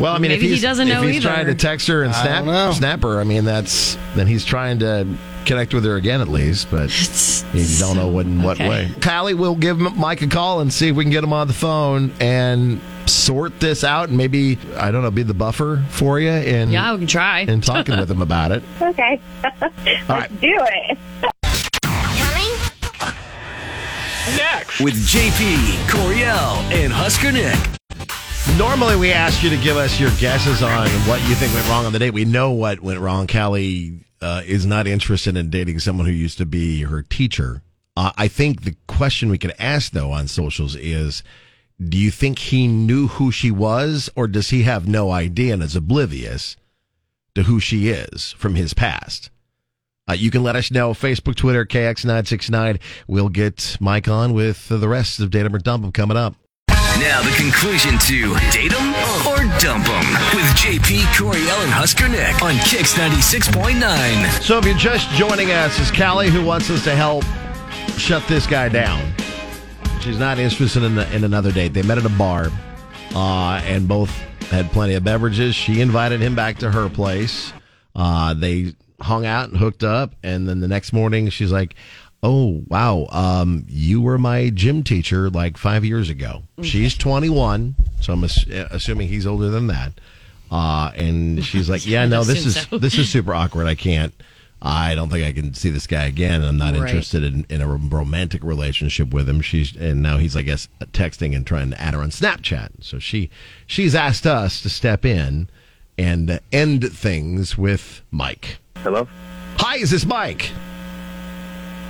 [SPEAKER 4] well, I mean, if
[SPEAKER 8] Maybe he
[SPEAKER 4] he's,
[SPEAKER 8] doesn't
[SPEAKER 4] if
[SPEAKER 8] know
[SPEAKER 4] he's
[SPEAKER 8] either.
[SPEAKER 4] trying to text her and
[SPEAKER 9] I
[SPEAKER 4] snap,
[SPEAKER 9] don't know.
[SPEAKER 4] snap her, I mean, that's then he's trying to connect with her again at least, but you don't know what in what
[SPEAKER 8] okay.
[SPEAKER 4] way. Callie, we'll give M- Mike a call and see if we can get him on the phone and sort this out and maybe I don't know, be the buffer for you and
[SPEAKER 8] Yeah, we can try.
[SPEAKER 4] and talking with him about it.
[SPEAKER 14] [laughs] Okay.
[SPEAKER 4] All right.
[SPEAKER 14] Do it.
[SPEAKER 10] Next. With JP, Coriel, and Husker Nick.
[SPEAKER 4] Normally, we ask you to give us your guesses on what you think went wrong on the date. We know what went wrong. Callie uh, is not interested in dating someone who used to be her teacher. Uh, I think the question we could ask, though, on socials is do you think he knew who she was, or does he have no idea and is oblivious to who she is from his past? Uh, you can let us know. Facebook, Twitter, KX969. We'll get Mike on with uh, the rest of Datum or Dump 'Em coming up.
[SPEAKER 10] Now the conclusion to date 'em or dump 'em with JP, Coriel, and Husker Nick on Kix 96.9.
[SPEAKER 4] So if you're just joining us, it's Callie who wants us to help shut this guy down. She's not interested in, in another date. They met at a bar, uh, and both had plenty of beverages. She invited him back to her place. Uh, they hung out and hooked up, and then the next morning she's like, "Oh wow, um, you were my gym teacher like five years ago."
[SPEAKER 8] Mm-hmm.
[SPEAKER 4] She's 21, so I'm ass- uh, assuming he's older than that. Uh, and
[SPEAKER 8] [laughs]
[SPEAKER 4] she's like, "Yeah, no, this is
[SPEAKER 8] Assume so.
[SPEAKER 4] this is super awkward. I can't. I don't think I can see this guy again. I'm not
[SPEAKER 8] Right.
[SPEAKER 4] interested in, in a romantic relationship with him. She's and now he's, I guess, texting and trying to add her on Snapchat. So she she's asked us to step in and end things with Mike.
[SPEAKER 15] Hello?
[SPEAKER 4] Hi, is this Mike?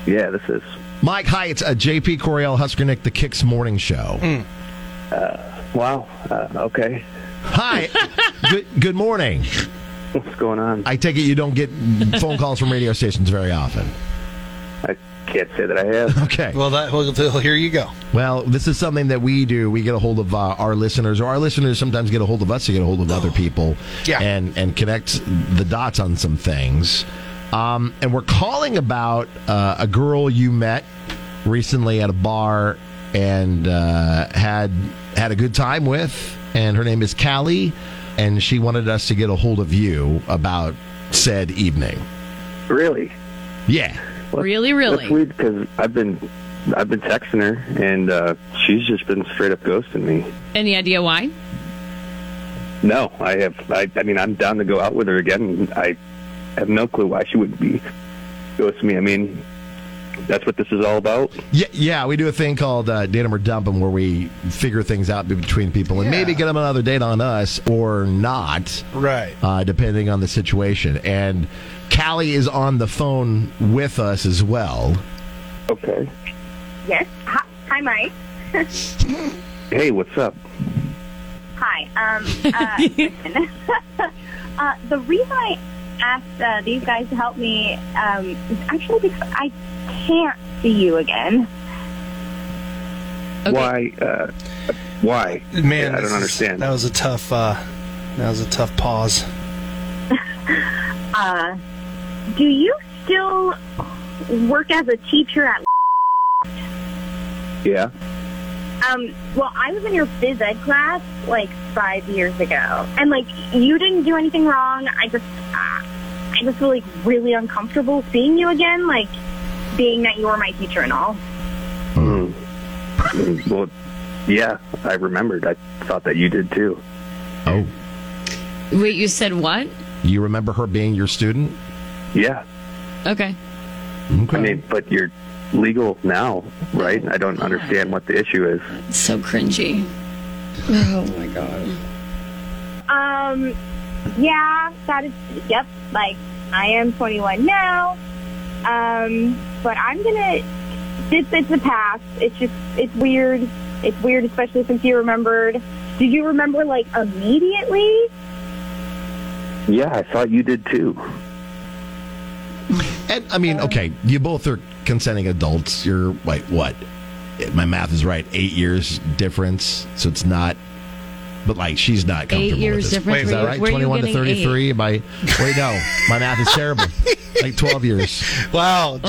[SPEAKER 15] Yeah, this is.
[SPEAKER 4] Mike, hi. It's uh, JP Coriel Husker Nick, the Kicks Morning Show.
[SPEAKER 15] Mm. Uh, wow. Uh, okay.
[SPEAKER 4] Hi. good good morning.
[SPEAKER 15] What's going on?
[SPEAKER 4] I take it you don't get phone calls from radio stations very often.
[SPEAKER 15] I can't say that I have.
[SPEAKER 4] Okay.
[SPEAKER 9] Well, that well, th- here you go.
[SPEAKER 4] Well, this is something that we do. We get a hold of uh, our listeners, or our listeners sometimes get a hold of us to get a hold of other people,
[SPEAKER 9] Yeah.
[SPEAKER 4] and and connect the dots on some things. Um, and we're calling about uh, a girl you met recently at a bar and uh, had had a good time with, and her name is Callie, and she wanted us to get a hold of you about said evening.
[SPEAKER 15] Really?
[SPEAKER 4] Yeah.
[SPEAKER 8] Really,
[SPEAKER 15] That's
[SPEAKER 8] really.
[SPEAKER 15] weird because I've been, I've been texting her and uh, she's just been straight up ghosting me.
[SPEAKER 8] Any idea why?
[SPEAKER 15] No, I have. I, I mean, I'm down to go out with her again. I have no clue why she wouldn't be ghosting me. I mean, that's what this is all about.
[SPEAKER 4] Yeah, yeah, we do a thing called uh, date 'em or dump 'em, where we figure things out between people and maybe get them another date on us or not,
[SPEAKER 9] Right.
[SPEAKER 4] uh, depending on the situation. And Callie is on the phone with us as well.
[SPEAKER 15] Okay.
[SPEAKER 14] Yes. Hi, hi Mike.
[SPEAKER 15] [laughs] Hey, what's up?
[SPEAKER 14] Hi. Um,
[SPEAKER 4] [laughs]
[SPEAKER 14] uh, listen. [laughs] uh, the reason I asked uh, these guys to help me um, is actually because I can't see you again.
[SPEAKER 15] Why? Uh, why?
[SPEAKER 9] Man,
[SPEAKER 15] I
[SPEAKER 9] this
[SPEAKER 15] don't
[SPEAKER 9] is-
[SPEAKER 15] understand.
[SPEAKER 9] that was a tough. Uh, that was a tough pause.
[SPEAKER 14] Uh, do you still work as a teacher at?
[SPEAKER 15] Yeah.
[SPEAKER 14] Um, well, I was in your phys ed class like five years ago, and like you didn't do anything wrong. I just, uh, I just feel like really uncomfortable seeing you again, like being that you were my teacher and all.
[SPEAKER 15] Hmm. well, yeah, I remembered. I thought that you did too.
[SPEAKER 4] Oh,
[SPEAKER 8] Wait, you said what?
[SPEAKER 4] you remember her being your student?
[SPEAKER 15] Yeah.
[SPEAKER 8] Okay.
[SPEAKER 15] I mean, but you're legal now, right? I don't understand what the issue is.
[SPEAKER 8] It's so cringy.
[SPEAKER 15] Oh my god.
[SPEAKER 14] Um, yeah, that is, yep, like, I am 21 now. Um, but I'm gonna, it's, it's the past. It's just, it's weird. It's weird, especially since you remembered. Did you remember, like, immediately?
[SPEAKER 15] Yeah, I thought you did too.
[SPEAKER 4] And I mean, okay, you both are consenting adults. You're wait, what? If My math is right. Eight years difference, so it's not. But like, she's not comfortable.
[SPEAKER 8] years
[SPEAKER 4] with this.
[SPEAKER 8] difference.
[SPEAKER 4] Is that
[SPEAKER 8] Where-
[SPEAKER 4] right?
[SPEAKER 8] where are you
[SPEAKER 4] Twenty-one to
[SPEAKER 8] getting eight?
[SPEAKER 4] thirty-three. My wait, no, my math is
[SPEAKER 8] [laughs]
[SPEAKER 4] terrible. like twelve years.
[SPEAKER 9] Wow.
[SPEAKER 8] What?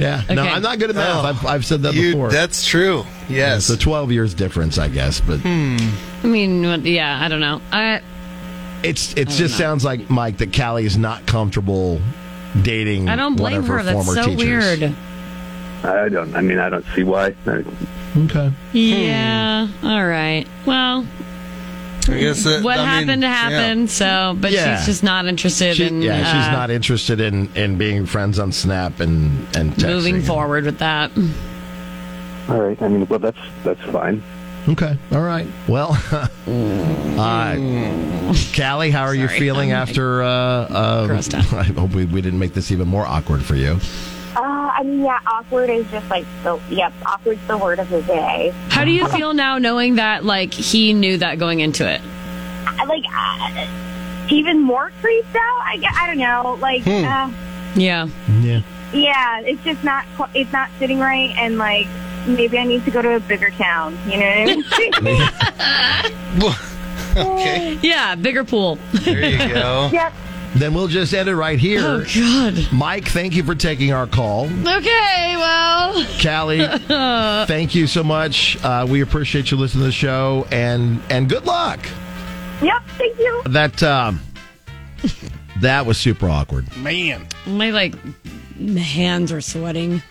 [SPEAKER 4] Yeah. No, I'm not good at math. I've, I've said that before.
[SPEAKER 9] That's true. Yes.
[SPEAKER 4] So twelve years difference, I guess. But
[SPEAKER 8] I mean, what- yeah, I don't know. I,
[SPEAKER 4] it's it
[SPEAKER 8] I don't
[SPEAKER 4] just
[SPEAKER 8] know.
[SPEAKER 4] sounds like Mike that Callie is not comfortable dating.
[SPEAKER 8] I don't
[SPEAKER 4] one
[SPEAKER 8] blame
[SPEAKER 4] of her.
[SPEAKER 8] her. That's
[SPEAKER 4] Mm, former
[SPEAKER 8] so
[SPEAKER 4] teachers.
[SPEAKER 8] weird.
[SPEAKER 15] I don't. I mean, I don't see why. I,
[SPEAKER 4] Okay.
[SPEAKER 15] Hmm.
[SPEAKER 8] Yeah. All right. Well,
[SPEAKER 9] I guess that-
[SPEAKER 8] what
[SPEAKER 9] I mean,
[SPEAKER 8] happened happened. So, but
[SPEAKER 4] Yeah.
[SPEAKER 8] she's just not interested
[SPEAKER 4] She-
[SPEAKER 8] in
[SPEAKER 4] yeah, she's
[SPEAKER 8] uh,
[SPEAKER 4] not interested in in being friends on Snap and and texting.
[SPEAKER 8] moving forward with that.
[SPEAKER 15] all right. I mean, well, that's that's fine.
[SPEAKER 4] Okay. All right. Well, [laughs] uh, Callie, how are you
[SPEAKER 8] Mm. Sorry. [laughs]
[SPEAKER 4] feeling
[SPEAKER 8] I'm, like,
[SPEAKER 4] after? Uh, uh,
[SPEAKER 8] grossed
[SPEAKER 4] [laughs] I hope we, we didn't make this even more awkward for you.
[SPEAKER 14] Uh, I mean, yeah, awkward is just like the yep, awkward's the word of the day.
[SPEAKER 8] How do you feel now, knowing that like he knew that going into it?
[SPEAKER 14] I, like uh, even more creeped out. I gue- I don't know. Like,
[SPEAKER 8] Hmm.
[SPEAKER 14] uh,
[SPEAKER 8] Yeah.
[SPEAKER 4] Yeah.
[SPEAKER 14] yeah, it's just not qu- it's not sitting right, and like maybe I need to go to a bigger town. You know what I mean?
[SPEAKER 9] okay.
[SPEAKER 8] Yeah. Bigger pool.
[SPEAKER 9] There you go.
[SPEAKER 14] yep.
[SPEAKER 4] Then we'll just end it right here.
[SPEAKER 8] Oh God.
[SPEAKER 4] Mike, thank you for taking our call.
[SPEAKER 8] Okay. Well. [laughs]
[SPEAKER 4] Callie, thank you so much. Uh, we appreciate you listening to the show and and good luck.
[SPEAKER 14] Yep. Thank you.
[SPEAKER 4] That um, [laughs] that was super awkward.
[SPEAKER 9] [laughs] Man.
[SPEAKER 8] My like hands are sweating.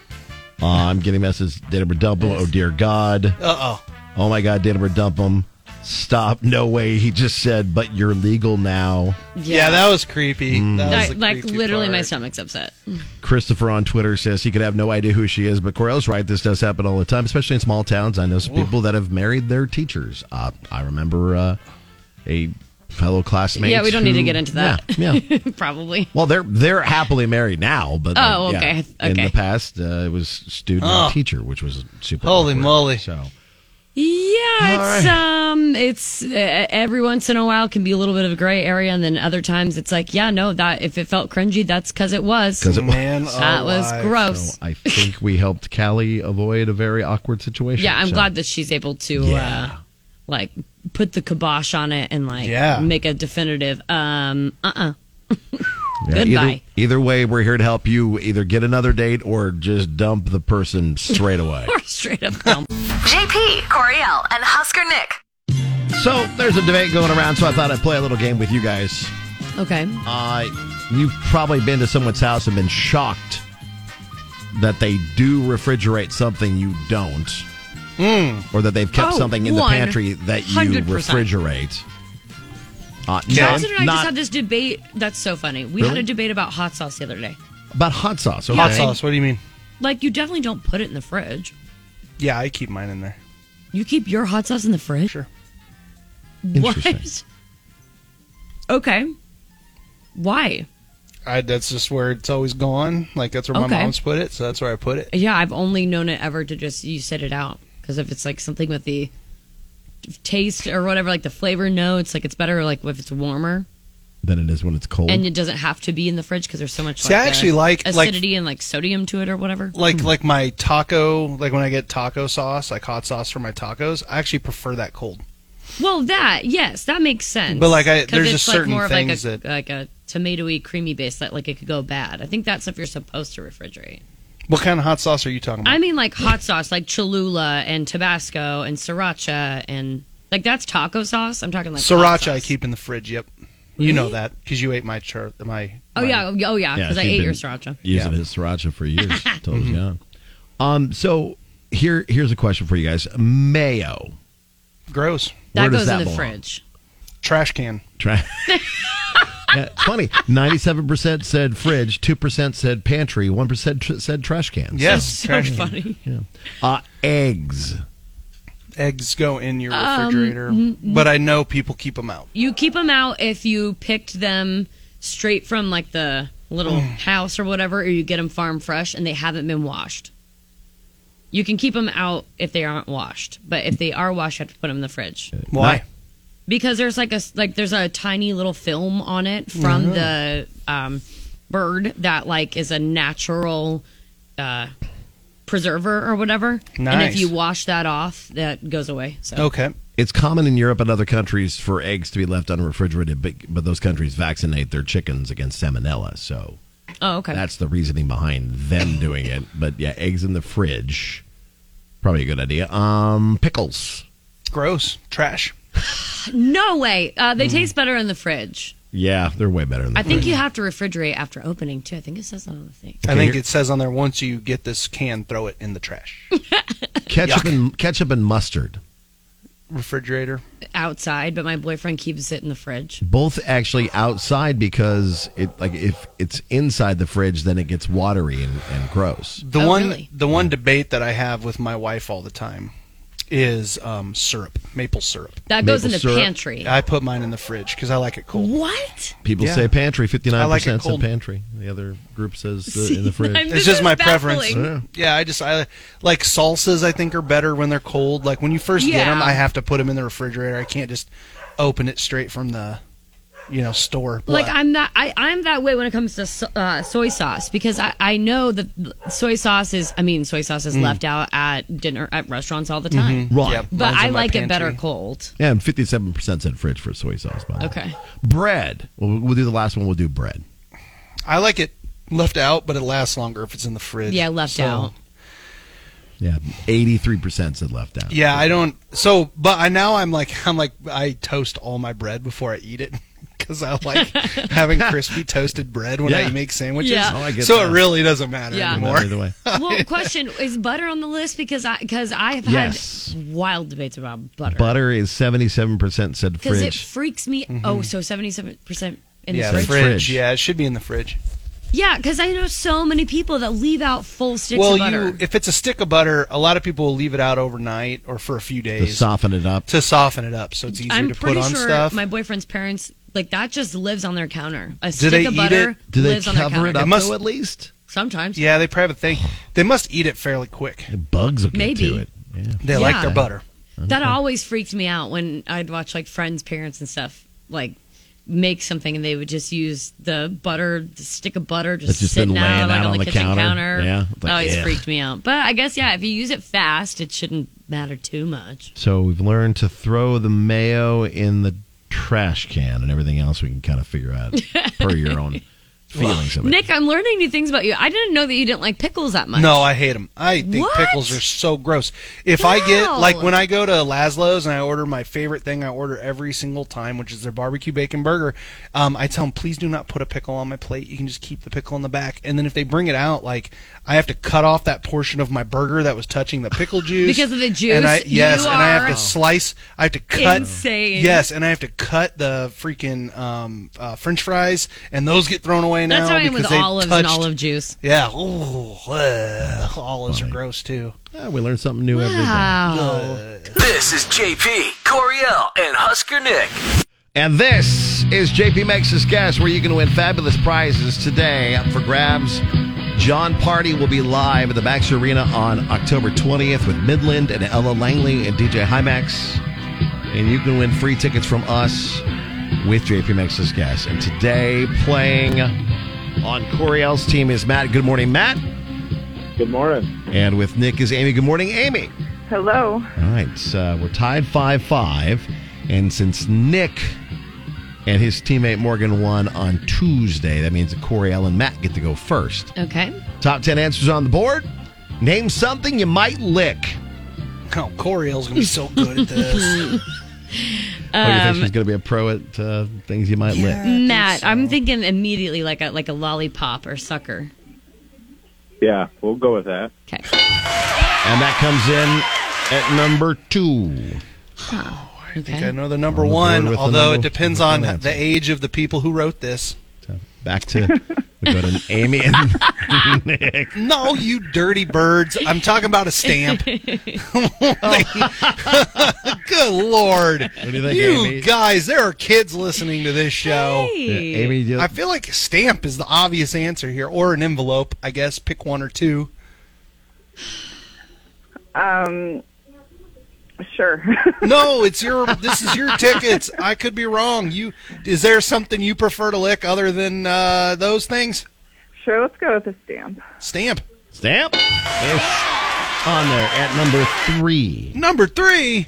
[SPEAKER 4] Uh, I'm getting messages. Data or dump 'em. Oh dear God.
[SPEAKER 9] Uh oh.
[SPEAKER 4] Oh my God. Data or dump 'em. Stop. No way. He just said, but you're legal now.
[SPEAKER 9] Yeah. that was creepy. That was
[SPEAKER 8] I-
[SPEAKER 9] the
[SPEAKER 8] like
[SPEAKER 9] creepy
[SPEAKER 8] literally, my
[SPEAKER 9] part.
[SPEAKER 8] stomach's upset. [laughs]
[SPEAKER 4] Christopher on Twitter says he could have no idea who she is, but Corio's right. This does happen all the time, especially in small towns. I know some people that have married their teachers. Uh, I remember uh, a fellow classmate.
[SPEAKER 8] yeah, we don't need to
[SPEAKER 4] who-
[SPEAKER 8] get into that. [laughs]
[SPEAKER 4] Yeah. yeah.
[SPEAKER 8] Probably.
[SPEAKER 4] Well, they're they're happily married now, but like,
[SPEAKER 8] Oh,
[SPEAKER 4] yeah,
[SPEAKER 8] okay,
[SPEAKER 4] In
[SPEAKER 8] okay.
[SPEAKER 4] the past, uh, it was student
[SPEAKER 9] Oh.
[SPEAKER 4] and teacher, which was super.
[SPEAKER 9] Holy
[SPEAKER 4] awkward.
[SPEAKER 9] moly.
[SPEAKER 4] So
[SPEAKER 8] Yeah,
[SPEAKER 4] All
[SPEAKER 8] it's
[SPEAKER 4] right.
[SPEAKER 8] um, it's uh, every once in a while can be a little bit of a gray area, and then other times it's like, yeah, no, that if it felt cringy, that's because it was.
[SPEAKER 4] because it
[SPEAKER 9] Mm,
[SPEAKER 4] was. Oh,
[SPEAKER 9] Man
[SPEAKER 8] that was
[SPEAKER 9] alive.
[SPEAKER 8] gross.
[SPEAKER 4] I think we helped Callie avoid a very awkward situation.
[SPEAKER 8] yeah, I'm
[SPEAKER 4] so-
[SPEAKER 8] glad that she's able to, uh,
[SPEAKER 4] Yeah.
[SPEAKER 8] like, put the kibosh on it and like
[SPEAKER 9] Yeah.
[SPEAKER 8] make a definitive. Um, uh, [laughs] uh
[SPEAKER 4] Yeah,
[SPEAKER 8] Goodbye.
[SPEAKER 4] Either, either way, we're here to help you either get another date or just dump the
[SPEAKER 8] [laughs]
[SPEAKER 4] person straight away.
[SPEAKER 8] straight up dumb.
[SPEAKER 1] JP, Coriel, and Husker Nick.
[SPEAKER 4] so there's a debate going around, so I thought I'd play a little game with you guys.
[SPEAKER 8] okay,
[SPEAKER 4] Uh, you've probably been to someone's house and been shocked that they do refrigerate something you don't, or that they've kept
[SPEAKER 8] Oh,
[SPEAKER 4] something in the
[SPEAKER 8] one
[SPEAKER 4] pantry that you
[SPEAKER 8] hundred percent.
[SPEAKER 4] refrigerate. Uh,
[SPEAKER 9] Yeah.
[SPEAKER 8] Allison and I just
[SPEAKER 4] not
[SPEAKER 8] had this debate. That's so funny. We had
[SPEAKER 4] Really?
[SPEAKER 8] a debate about hot sauce the other day.
[SPEAKER 4] about hot sauce. Okay.
[SPEAKER 9] Hot sauce. What do you mean?
[SPEAKER 8] Like, you definitely don't put it in the fridge.
[SPEAKER 9] Yeah, I keep mine in there.
[SPEAKER 8] You keep your hot sauce in the fridge?
[SPEAKER 9] Sure.
[SPEAKER 8] What?
[SPEAKER 4] Interesting.
[SPEAKER 8] Okay. Why?
[SPEAKER 9] I, that's just where it's always gone. Like that's where my
[SPEAKER 8] Okay.
[SPEAKER 9] mom's put it, so that's where I put it.
[SPEAKER 8] Yeah, I've only known it ever to just you set it out because if it's like something with the taste or whatever, like the flavor notes, like it's better like if it's warmer
[SPEAKER 4] Than it is when it's cold.
[SPEAKER 8] and it doesn't have to be in the fridge because there's so much.
[SPEAKER 9] See, I
[SPEAKER 8] uh,
[SPEAKER 9] actually like- like-
[SPEAKER 8] acidity and like sodium to it or whatever.
[SPEAKER 9] Like like my taco, like when I get taco sauce, like hot sauce for my tacos, I actually prefer that cold.
[SPEAKER 8] Well, that yes, that makes sense.
[SPEAKER 9] But, like, I-
[SPEAKER 8] 'Cause
[SPEAKER 9] there's
[SPEAKER 8] it's,
[SPEAKER 9] just certain
[SPEAKER 8] like more
[SPEAKER 9] things
[SPEAKER 8] of
[SPEAKER 9] that-
[SPEAKER 8] like a, like a tomatoey creamy base that like it could go bad. I think that's if you're supposed to refrigerate.
[SPEAKER 9] What kind of hot sauce are you talking about?
[SPEAKER 8] I mean, like hot sauce, like Cholula and Tabasco and Sriracha and like that's taco sauce. I'm talking like hot
[SPEAKER 9] Sriracha, I
[SPEAKER 8] sauce.
[SPEAKER 9] keep in the fridge. Yep, you know that because you ate my char- my.
[SPEAKER 8] Oh
[SPEAKER 9] my-
[SPEAKER 8] yeah, oh yeah, oh yeah, because I
[SPEAKER 4] she'd
[SPEAKER 8] ate your
[SPEAKER 4] been
[SPEAKER 8] sriracha. [laughs]
[SPEAKER 4] Using his sriracha for years. Until it was gone. Um, so here here's a question for you guys. Mayo.
[SPEAKER 9] Gross.
[SPEAKER 8] That
[SPEAKER 4] Where does
[SPEAKER 8] goes
[SPEAKER 4] that
[SPEAKER 8] in the
[SPEAKER 4] belong?
[SPEAKER 8] fridge. [laughs]
[SPEAKER 9] Trash can.
[SPEAKER 4] Try. [laughs] yeah, it's funny. Ninety-seven percent said fridge, two percent said pantry, one percent tr- said trash cans.
[SPEAKER 9] Yes, so trash can.
[SPEAKER 4] Yeah. Uh, eggs.
[SPEAKER 9] Eggs go in your
[SPEAKER 8] Um,
[SPEAKER 9] refrigerator,
[SPEAKER 8] n- n-
[SPEAKER 9] but I know people keep them out.
[SPEAKER 8] You keep them out if you picked them straight from like the
[SPEAKER 4] [sighs]
[SPEAKER 8] little house or whatever, or you get them farm fresh and they haven't been washed. You can keep them out if they aren't washed, but if they are washed, you have to put them in the fridge.
[SPEAKER 9] Why?
[SPEAKER 8] Because there's like a s- like there's a tiny little film on it
[SPEAKER 9] Mhm.
[SPEAKER 8] from the um, bird that like is a natural uh, preserver or whatever. And if
[SPEAKER 4] Nice. Oh.
[SPEAKER 8] you wash that off, that goes away. So
[SPEAKER 4] It's common in Europe and other countries for eggs to be left unrefrigerated, but, but those countries vaccinate their chickens against salmonella, so
[SPEAKER 8] Oh, okay.
[SPEAKER 4] that's the reasoning behind them
[SPEAKER 9] [laughs]
[SPEAKER 4] doing it. But yeah, eggs in the fridge, probably a good idea. Um, pickles.
[SPEAKER 9] Gross. Trash.
[SPEAKER 8] No way. Uh,
[SPEAKER 4] Mm.
[SPEAKER 8] they taste better in the fridge.
[SPEAKER 4] Yeah, they're way better than.
[SPEAKER 8] I think you have to refrigerate after opening too. I think it says that on the thing.
[SPEAKER 9] I think it says on there once you get this can, throw it in the trash.
[SPEAKER 4] ketchup and ketchup and mustard.
[SPEAKER 9] Refrigerator.
[SPEAKER 8] outside, but my boyfriend keeps it in the fridge.
[SPEAKER 4] both actually outside because it like if it's inside the fridge then it gets watery and, and gross
[SPEAKER 8] Oh,
[SPEAKER 9] The one, the one debate that I have with my wife all the time is um, syrup, maple syrup.
[SPEAKER 8] That goes Maple in the syrup. pantry.
[SPEAKER 4] Uh,
[SPEAKER 9] I put mine in the fridge because I like it cold.
[SPEAKER 8] What?
[SPEAKER 4] people say pantry 59%
[SPEAKER 9] I like it
[SPEAKER 4] said
[SPEAKER 9] cold.
[SPEAKER 4] pantry the other group says
[SPEAKER 8] [laughs]
[SPEAKER 4] uh, in the fridge
[SPEAKER 9] It's just my preference.
[SPEAKER 4] Yeah.
[SPEAKER 9] Yeah. I just I like salsas. I think are better when they're cold. Like when you first get 'em, get them,
[SPEAKER 8] Yeah.
[SPEAKER 9] I have to put them in the refrigerator. I can't just open it straight from the, you know, store.
[SPEAKER 8] Like
[SPEAKER 9] Blah.
[SPEAKER 8] I'm that I I'm that way when it comes to so, uh, soy sauce because I I know that soy sauce is I mean soy sauce is
[SPEAKER 4] Mm.
[SPEAKER 8] left out at dinner at restaurants all the time.
[SPEAKER 4] Mhm. Right. Yep,
[SPEAKER 8] But
[SPEAKER 4] mine's in
[SPEAKER 8] I
[SPEAKER 4] my
[SPEAKER 8] like it better
[SPEAKER 4] pantry.
[SPEAKER 8] cold.
[SPEAKER 4] yeah and 57% said fridge for soy sauce by the way.
[SPEAKER 8] Okay.
[SPEAKER 4] bread well, we'll do the last one we'll do bread
[SPEAKER 9] I like it left out, but it lasts longer if it's in the fridge.
[SPEAKER 8] Yeah, left
[SPEAKER 9] So-
[SPEAKER 4] [laughs]
[SPEAKER 8] out.
[SPEAKER 4] yeah 83% said left out
[SPEAKER 9] Yeah, I don't. So, but I now I'm like I'm like I toast all my bread before I eat it [laughs] because I
[SPEAKER 8] [laughs]
[SPEAKER 9] like having crispy toasted bread when
[SPEAKER 4] Yeah.
[SPEAKER 9] I make sandwiches.
[SPEAKER 8] Yeah. Oh, I
[SPEAKER 4] get
[SPEAKER 9] so
[SPEAKER 4] that.
[SPEAKER 9] it really doesn't matter
[SPEAKER 8] Yeah.
[SPEAKER 9] anymore.
[SPEAKER 8] [laughs]
[SPEAKER 4] Either way.
[SPEAKER 8] well, question is butter on the list because I because I've had
[SPEAKER 4] Yes.
[SPEAKER 8] wild debates about butter
[SPEAKER 4] butter is 77% said
[SPEAKER 8] because it
[SPEAKER 4] fridge Mm-hmm.
[SPEAKER 8] freaks me.
[SPEAKER 9] Mhm.
[SPEAKER 8] Oh, so seventy seven percent
[SPEAKER 9] [laughs]
[SPEAKER 8] in
[SPEAKER 9] yeah,
[SPEAKER 8] the
[SPEAKER 9] the
[SPEAKER 8] fridge.
[SPEAKER 9] fridge.
[SPEAKER 4] Fridge.
[SPEAKER 9] Yeah, it should be in the fridge.
[SPEAKER 8] Yeah, because I know so many people that leave out full sticks
[SPEAKER 9] well,
[SPEAKER 8] of butter.
[SPEAKER 9] you if it's a stick of butter, a lot of people will leave it out overnight or for a few
[SPEAKER 4] to
[SPEAKER 9] days
[SPEAKER 4] soften it up
[SPEAKER 9] to soften it up, so it's easier
[SPEAKER 8] I'm
[SPEAKER 9] to put
[SPEAKER 8] pretty
[SPEAKER 9] on
[SPEAKER 8] sure
[SPEAKER 9] stuff.
[SPEAKER 8] my boyfriend's parents like that just lives on their counter. A
[SPEAKER 9] Do
[SPEAKER 8] stick
[SPEAKER 9] they
[SPEAKER 8] of
[SPEAKER 9] eat
[SPEAKER 8] butter
[SPEAKER 9] it? Do they
[SPEAKER 8] lives on their
[SPEAKER 9] cover
[SPEAKER 8] counter.
[SPEAKER 9] it up, It must- though, at
[SPEAKER 4] least
[SPEAKER 8] sometimes.
[SPEAKER 9] yeah, they probably think they must eat it fairly quick.
[SPEAKER 4] bugs will get
[SPEAKER 8] Maybe.
[SPEAKER 4] to it yeah.
[SPEAKER 9] They like their
[SPEAKER 8] Yeah.
[SPEAKER 9] butter.
[SPEAKER 8] That always freaked me out when I'd watch like friends' parents and stuff like make something and they would just use the butter, the stick of butter just,
[SPEAKER 4] That's just been
[SPEAKER 8] sitting
[SPEAKER 4] laying
[SPEAKER 8] out, like,
[SPEAKER 4] out
[SPEAKER 8] on, the, kitchen counter.
[SPEAKER 4] Yeah, it's
[SPEAKER 8] that
[SPEAKER 4] like,
[SPEAKER 8] always
[SPEAKER 4] ugh.
[SPEAKER 8] freaked me out. But I guess yeah, if you use it fast, it shouldn't matter too much.
[SPEAKER 4] So we've learned to throw the mayo in the trash can, and everything else we can kind of figure out
[SPEAKER 8] [laughs]
[SPEAKER 4] per your own feelings of it.
[SPEAKER 8] Nick, I'm learning new things about you. I didn't know that you didn't like pickles that much.
[SPEAKER 9] No, I hate them. I think
[SPEAKER 8] What?
[SPEAKER 9] pickles are so gross. If I get like when I go to Laszlo's and I order my favorite thing, I order every single time, which is their barbecue bacon burger. Um, I tell them please do not put a pickle on my plate. You can just keep the pickle in the back. And then if they bring it out, like I have to cut off that portion of my burger that was touching the
[SPEAKER 8] [laughs]
[SPEAKER 9] pickle juice
[SPEAKER 8] Because of the juice,
[SPEAKER 9] And I,
[SPEAKER 8] you
[SPEAKER 9] yes, and I have
[SPEAKER 8] are
[SPEAKER 9] to slice. I have to cut.
[SPEAKER 8] insane.
[SPEAKER 9] Yes, and I have to cut the freaking um, uh, French fries, and those get thrown away now
[SPEAKER 8] That's how I am
[SPEAKER 9] because
[SPEAKER 8] with
[SPEAKER 9] they
[SPEAKER 8] olives
[SPEAKER 9] touched
[SPEAKER 8] and olive juice.
[SPEAKER 9] yeah. Ooh, ugh, olives are gross too.
[SPEAKER 4] Yeah, Ah, we learn something new every day.
[SPEAKER 16] Oh.
[SPEAKER 8] Wow.
[SPEAKER 10] This is JP, Coriel, and Husker Nick.
[SPEAKER 4] And this is JP Makes His Guess, where you can win fabulous prizes today up for grabs. John Party will be live at the Max Arena on October 20th with Midland and Ella Langley and DJ Hymax. And you can win free tickets from us with JP Makes His Guess. And today, playing on Coriel's team is Matt. Good morning, Matt.
[SPEAKER 16] Good morning.
[SPEAKER 4] And with Nick is Amy. Good morning, Amy.
[SPEAKER 16] Hello.
[SPEAKER 4] All right, so we're tied 5 5. And since Nick and his teammate Morgan won on Tuesday, that means that Corey, Ellen, and Matt get to go first.
[SPEAKER 8] Okay.
[SPEAKER 4] Top 10 answers on the board. Name something you might lick.
[SPEAKER 9] Oh, Coriel's gonna be so good at this.
[SPEAKER 4] Oh, you think
[SPEAKER 8] Um,
[SPEAKER 4] she's going to be a pro at uh, things you might lick?
[SPEAKER 8] Matt, I'm thinking immediately like a like a lollipop or sucker.
[SPEAKER 16] Yeah, we'll go with that.
[SPEAKER 8] Okay.
[SPEAKER 4] And that comes in at number two.
[SPEAKER 9] I think I know the number
[SPEAKER 4] On the board
[SPEAKER 9] one,
[SPEAKER 4] with the
[SPEAKER 9] although it
[SPEAKER 4] number-
[SPEAKER 9] depends
[SPEAKER 4] number
[SPEAKER 9] on
[SPEAKER 4] one answer.
[SPEAKER 9] the age of the people who wrote this.
[SPEAKER 4] Back to we go to Amy and Nick.
[SPEAKER 9] No, you dirty birds. I'm talking about a stamp. [laughs] Good lord.
[SPEAKER 4] What do you think, Amy?
[SPEAKER 9] guys, there are kids listening to this show.
[SPEAKER 4] Yeah, Amy, do-
[SPEAKER 9] I feel like a stamp is the obvious answer here, or an envelope, I guess. Pick one or two.
[SPEAKER 16] Um, sure. [laughs]
[SPEAKER 9] No, it's your. This is your tickets. I could be wrong. You is there something you prefer to lick other than uh, those things?
[SPEAKER 16] Sure, let's go with a stamp.
[SPEAKER 9] Stamp.
[SPEAKER 4] Stamp. on there at number three.
[SPEAKER 9] Number three.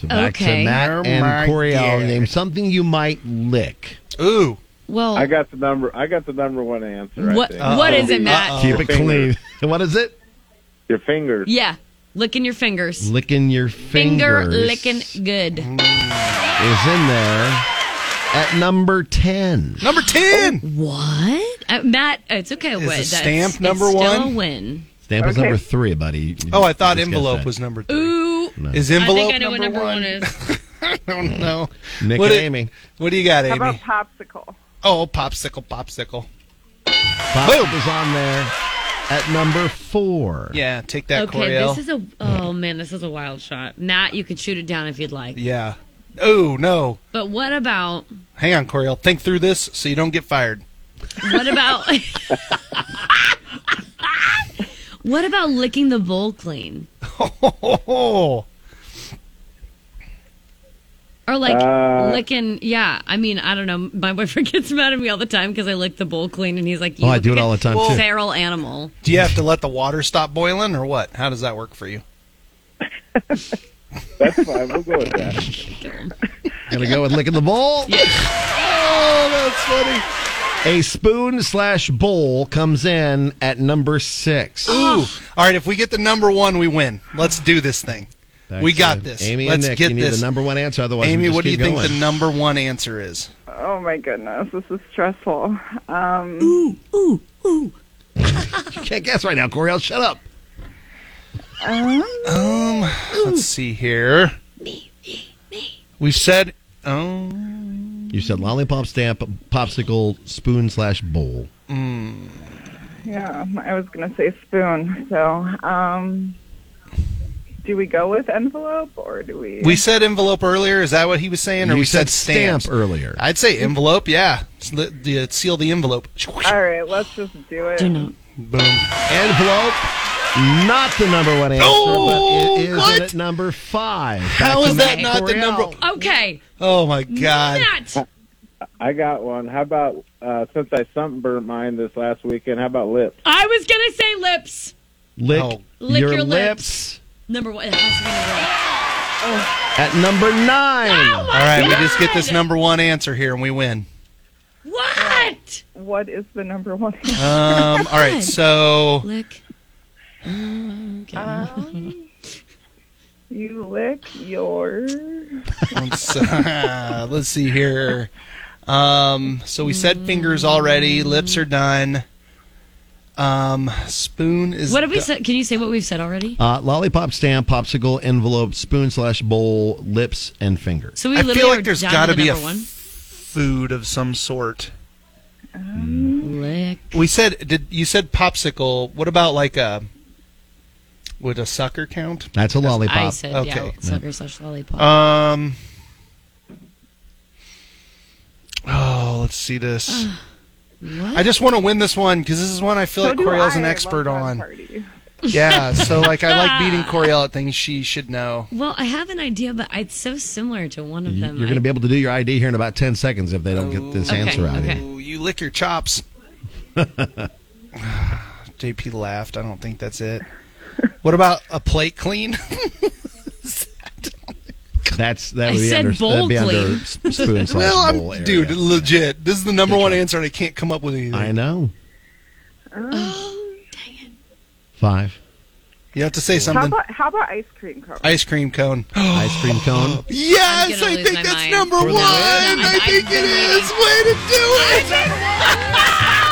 [SPEAKER 4] So back
[SPEAKER 8] Okay.
[SPEAKER 4] to Matt
[SPEAKER 8] Oh my
[SPEAKER 4] and Coriel.
[SPEAKER 8] God.
[SPEAKER 4] Name something you might lick.
[SPEAKER 9] Ooh.
[SPEAKER 8] Well,
[SPEAKER 16] I got the number. I got the number one answer.
[SPEAKER 8] What-
[SPEAKER 16] I think.
[SPEAKER 8] Uh-oh. what is it, Matt? Uh-oh.
[SPEAKER 4] Keep it clean. [laughs] What is it?
[SPEAKER 16] Your fingers.
[SPEAKER 8] yeah, licking your fingers.
[SPEAKER 4] Licking your
[SPEAKER 8] Finger
[SPEAKER 4] fingers.
[SPEAKER 8] licking good.
[SPEAKER 4] is in there at number ten.
[SPEAKER 9] Number ten.
[SPEAKER 8] What? Uh, Matt, it's okay.
[SPEAKER 9] Is
[SPEAKER 8] what,
[SPEAKER 9] the
[SPEAKER 8] that's-
[SPEAKER 9] stamp
[SPEAKER 8] it's
[SPEAKER 9] number
[SPEAKER 8] still
[SPEAKER 9] one?
[SPEAKER 8] a win.
[SPEAKER 4] Stamp is
[SPEAKER 9] Okay.
[SPEAKER 4] number three, buddy. You
[SPEAKER 9] Oh, I thought
[SPEAKER 4] just guessed
[SPEAKER 9] envelope
[SPEAKER 4] that.
[SPEAKER 9] was number three.
[SPEAKER 8] Ooh.
[SPEAKER 9] Is envelope
[SPEAKER 8] I think I know
[SPEAKER 9] number,
[SPEAKER 8] what number one,
[SPEAKER 9] one?
[SPEAKER 8] is.
[SPEAKER 9] [laughs] I don't know.
[SPEAKER 4] Nick
[SPEAKER 9] What
[SPEAKER 4] and
[SPEAKER 9] do-
[SPEAKER 4] Amy.
[SPEAKER 9] What do you got,
[SPEAKER 16] How
[SPEAKER 9] Amy?
[SPEAKER 16] about popsicle?
[SPEAKER 9] oh, popsicle, popsicle.
[SPEAKER 4] Pop is on there at number four.
[SPEAKER 9] Yeah, take that,
[SPEAKER 8] okay,
[SPEAKER 9] Coriel.
[SPEAKER 8] this is a. Oh man, this is a wild shot. Matt, you could shoot it down if you'd like.
[SPEAKER 9] yeah. Oh no.
[SPEAKER 8] But what about
[SPEAKER 9] Hang on, Coriel. Think through this so you don't get fired. [laughs]
[SPEAKER 8] what about what about licking the bowl clean
[SPEAKER 9] Oh.
[SPEAKER 8] or like
[SPEAKER 9] Uh.
[SPEAKER 8] licking? Yeah, I mean, I don't know. My boyfriend [laughs] gets mad at me all the time because I lick the bowl clean, and he's like,
[SPEAKER 4] Oh, I
[SPEAKER 8] look
[SPEAKER 4] do it
[SPEAKER 8] like a
[SPEAKER 4] all the time, too.
[SPEAKER 8] Feral animal.
[SPEAKER 9] Do you have to let the water stop boiling or what? How does that work for you?
[SPEAKER 16] That's fine. We'll go with that.
[SPEAKER 4] Gonna go with licking
[SPEAKER 9] [laughs]
[SPEAKER 4] the bowl.
[SPEAKER 9] Oh, that's funny.
[SPEAKER 4] A spoon slash bowl comes in at number six.
[SPEAKER 9] Ooh. All right, if we get the number one, we win. Let's do this thing.
[SPEAKER 4] Back
[SPEAKER 9] we
[SPEAKER 4] to
[SPEAKER 9] got this.
[SPEAKER 4] uh, Amy
[SPEAKER 9] Let's
[SPEAKER 4] and Nick,
[SPEAKER 9] get
[SPEAKER 4] you need
[SPEAKER 9] this.
[SPEAKER 4] the number one answer. Otherwise, we
[SPEAKER 9] Amy,
[SPEAKER 4] just
[SPEAKER 9] what do you
[SPEAKER 4] keep
[SPEAKER 9] think
[SPEAKER 4] going.
[SPEAKER 9] the number one answer is?
[SPEAKER 16] Oh my goodness, this is stressful. Um,
[SPEAKER 8] Ooh, ooh.
[SPEAKER 4] You can't guess right now, Coriel. Shut up.
[SPEAKER 16] um,
[SPEAKER 9] Um, let's see here. Me, me, me. We've said, um,
[SPEAKER 4] You said lollipop stamp, popsicle, spoon slash bowl.
[SPEAKER 9] mm,
[SPEAKER 16] yeah, I was gonna say spoon. So, um, do we go with envelope or do we?
[SPEAKER 9] we said envelope earlier. Is that what he was saying? Or
[SPEAKER 4] you
[SPEAKER 9] we said,
[SPEAKER 4] stamp
[SPEAKER 9] stamps?
[SPEAKER 4] earlier.
[SPEAKER 9] I'd say envelope, yeah. Sli- the- Seal the envelope.
[SPEAKER 16] All right, let's just do it.
[SPEAKER 8] Do not.
[SPEAKER 9] Boom.
[SPEAKER 4] Envelope, not the number one answer,
[SPEAKER 9] Oh,
[SPEAKER 4] but it is
[SPEAKER 9] what?
[SPEAKER 4] at number five. Back
[SPEAKER 9] How
[SPEAKER 4] to
[SPEAKER 9] is
[SPEAKER 4] Matt
[SPEAKER 9] that not the
[SPEAKER 4] Coriel.
[SPEAKER 9] number?
[SPEAKER 8] Okay,
[SPEAKER 9] Oh, my God.
[SPEAKER 8] Matt.
[SPEAKER 16] I got one. How about uh, since I sunburnt mine this last weekend? How about lips?
[SPEAKER 8] I was gonna say lips.
[SPEAKER 4] Lick,
[SPEAKER 9] Oh.
[SPEAKER 8] Lick
[SPEAKER 4] your,
[SPEAKER 8] your
[SPEAKER 4] lips.
[SPEAKER 8] lips. Number one. It has to be number one.
[SPEAKER 4] at number nine.
[SPEAKER 8] Oh
[SPEAKER 9] All
[SPEAKER 8] my
[SPEAKER 9] right,
[SPEAKER 8] God.
[SPEAKER 9] we just get this number one answer here and we win.
[SPEAKER 8] What?
[SPEAKER 16] What is the number one?
[SPEAKER 9] Um, all right, so
[SPEAKER 8] Lick. Okay.
[SPEAKER 16] Um, you lick your.
[SPEAKER 9] let's, [laughs] uh, let's see here. Um, so we said fingers already, lips are done. Um, spoon is.
[SPEAKER 8] what have we
[SPEAKER 9] do-
[SPEAKER 8] said? Can you say what we've said already?
[SPEAKER 4] Uh, lollipop stamp, popsicle, envelope, spoon slash bowl, lips, and fingers.
[SPEAKER 8] So we
[SPEAKER 9] I
[SPEAKER 8] literally
[SPEAKER 9] feel
[SPEAKER 8] are
[SPEAKER 9] like there's
[SPEAKER 8] down
[SPEAKER 9] got to
[SPEAKER 8] to the
[SPEAKER 9] be a
[SPEAKER 8] number one.
[SPEAKER 9] food of some sort.
[SPEAKER 8] Lick.
[SPEAKER 9] We said did you said popsicle? What about like a would a sucker count?
[SPEAKER 4] That's a lollipop.
[SPEAKER 8] I said yeah.
[SPEAKER 9] Okay.
[SPEAKER 8] Sucker slash lollipop.
[SPEAKER 9] Um. Oh, let's see this.
[SPEAKER 8] what?
[SPEAKER 9] I just want to win this one because this is one I feel
[SPEAKER 16] So
[SPEAKER 9] like
[SPEAKER 16] do
[SPEAKER 9] Coriel's an
[SPEAKER 16] I. I
[SPEAKER 9] expert
[SPEAKER 16] love that
[SPEAKER 9] on.
[SPEAKER 16] Party.
[SPEAKER 9] [laughs] Yeah, so like I like
[SPEAKER 16] [laughs]
[SPEAKER 9] beating Coriel at things she should know.
[SPEAKER 8] well, I have an idea, but it's so similar to one of
[SPEAKER 4] You-
[SPEAKER 8] them.
[SPEAKER 4] You're going to be able to do your ID here in about 10 seconds if they don't get this
[SPEAKER 8] Okay,
[SPEAKER 4] answer out
[SPEAKER 8] okay.
[SPEAKER 4] here.
[SPEAKER 9] Ooh, you lick
[SPEAKER 16] [laughs]
[SPEAKER 9] your chops. JP laughed. I don't think that's it. What about a plate clean?
[SPEAKER 4] That's that
[SPEAKER 8] I
[SPEAKER 4] would be
[SPEAKER 8] said
[SPEAKER 4] under, that'd be
[SPEAKER 8] bowl
[SPEAKER 4] under
[SPEAKER 8] clean.
[SPEAKER 4] s-
[SPEAKER 8] [laughs]
[SPEAKER 4] spoon slash
[SPEAKER 9] well, I'm
[SPEAKER 4] bowl area.
[SPEAKER 9] dude, legit. This is the number one answer, and I can't come up with anything.
[SPEAKER 4] I know.
[SPEAKER 8] oh, dang it.
[SPEAKER 4] Five.
[SPEAKER 9] You have to say
[SPEAKER 16] How
[SPEAKER 9] something.
[SPEAKER 16] about how about ice cream cone?
[SPEAKER 9] Ice cream cone.
[SPEAKER 4] Ice cream cone.
[SPEAKER 9] Oh,
[SPEAKER 8] I'm
[SPEAKER 9] Yes,
[SPEAKER 8] gonna
[SPEAKER 9] I
[SPEAKER 8] lose
[SPEAKER 9] think
[SPEAKER 8] my
[SPEAKER 9] that's
[SPEAKER 8] mind.
[SPEAKER 9] number
[SPEAKER 8] For the
[SPEAKER 9] one.
[SPEAKER 8] win.
[SPEAKER 9] I
[SPEAKER 8] I'm-
[SPEAKER 9] think
[SPEAKER 8] I'm
[SPEAKER 9] it
[SPEAKER 8] gonna
[SPEAKER 9] is. Way to do it. [laughs]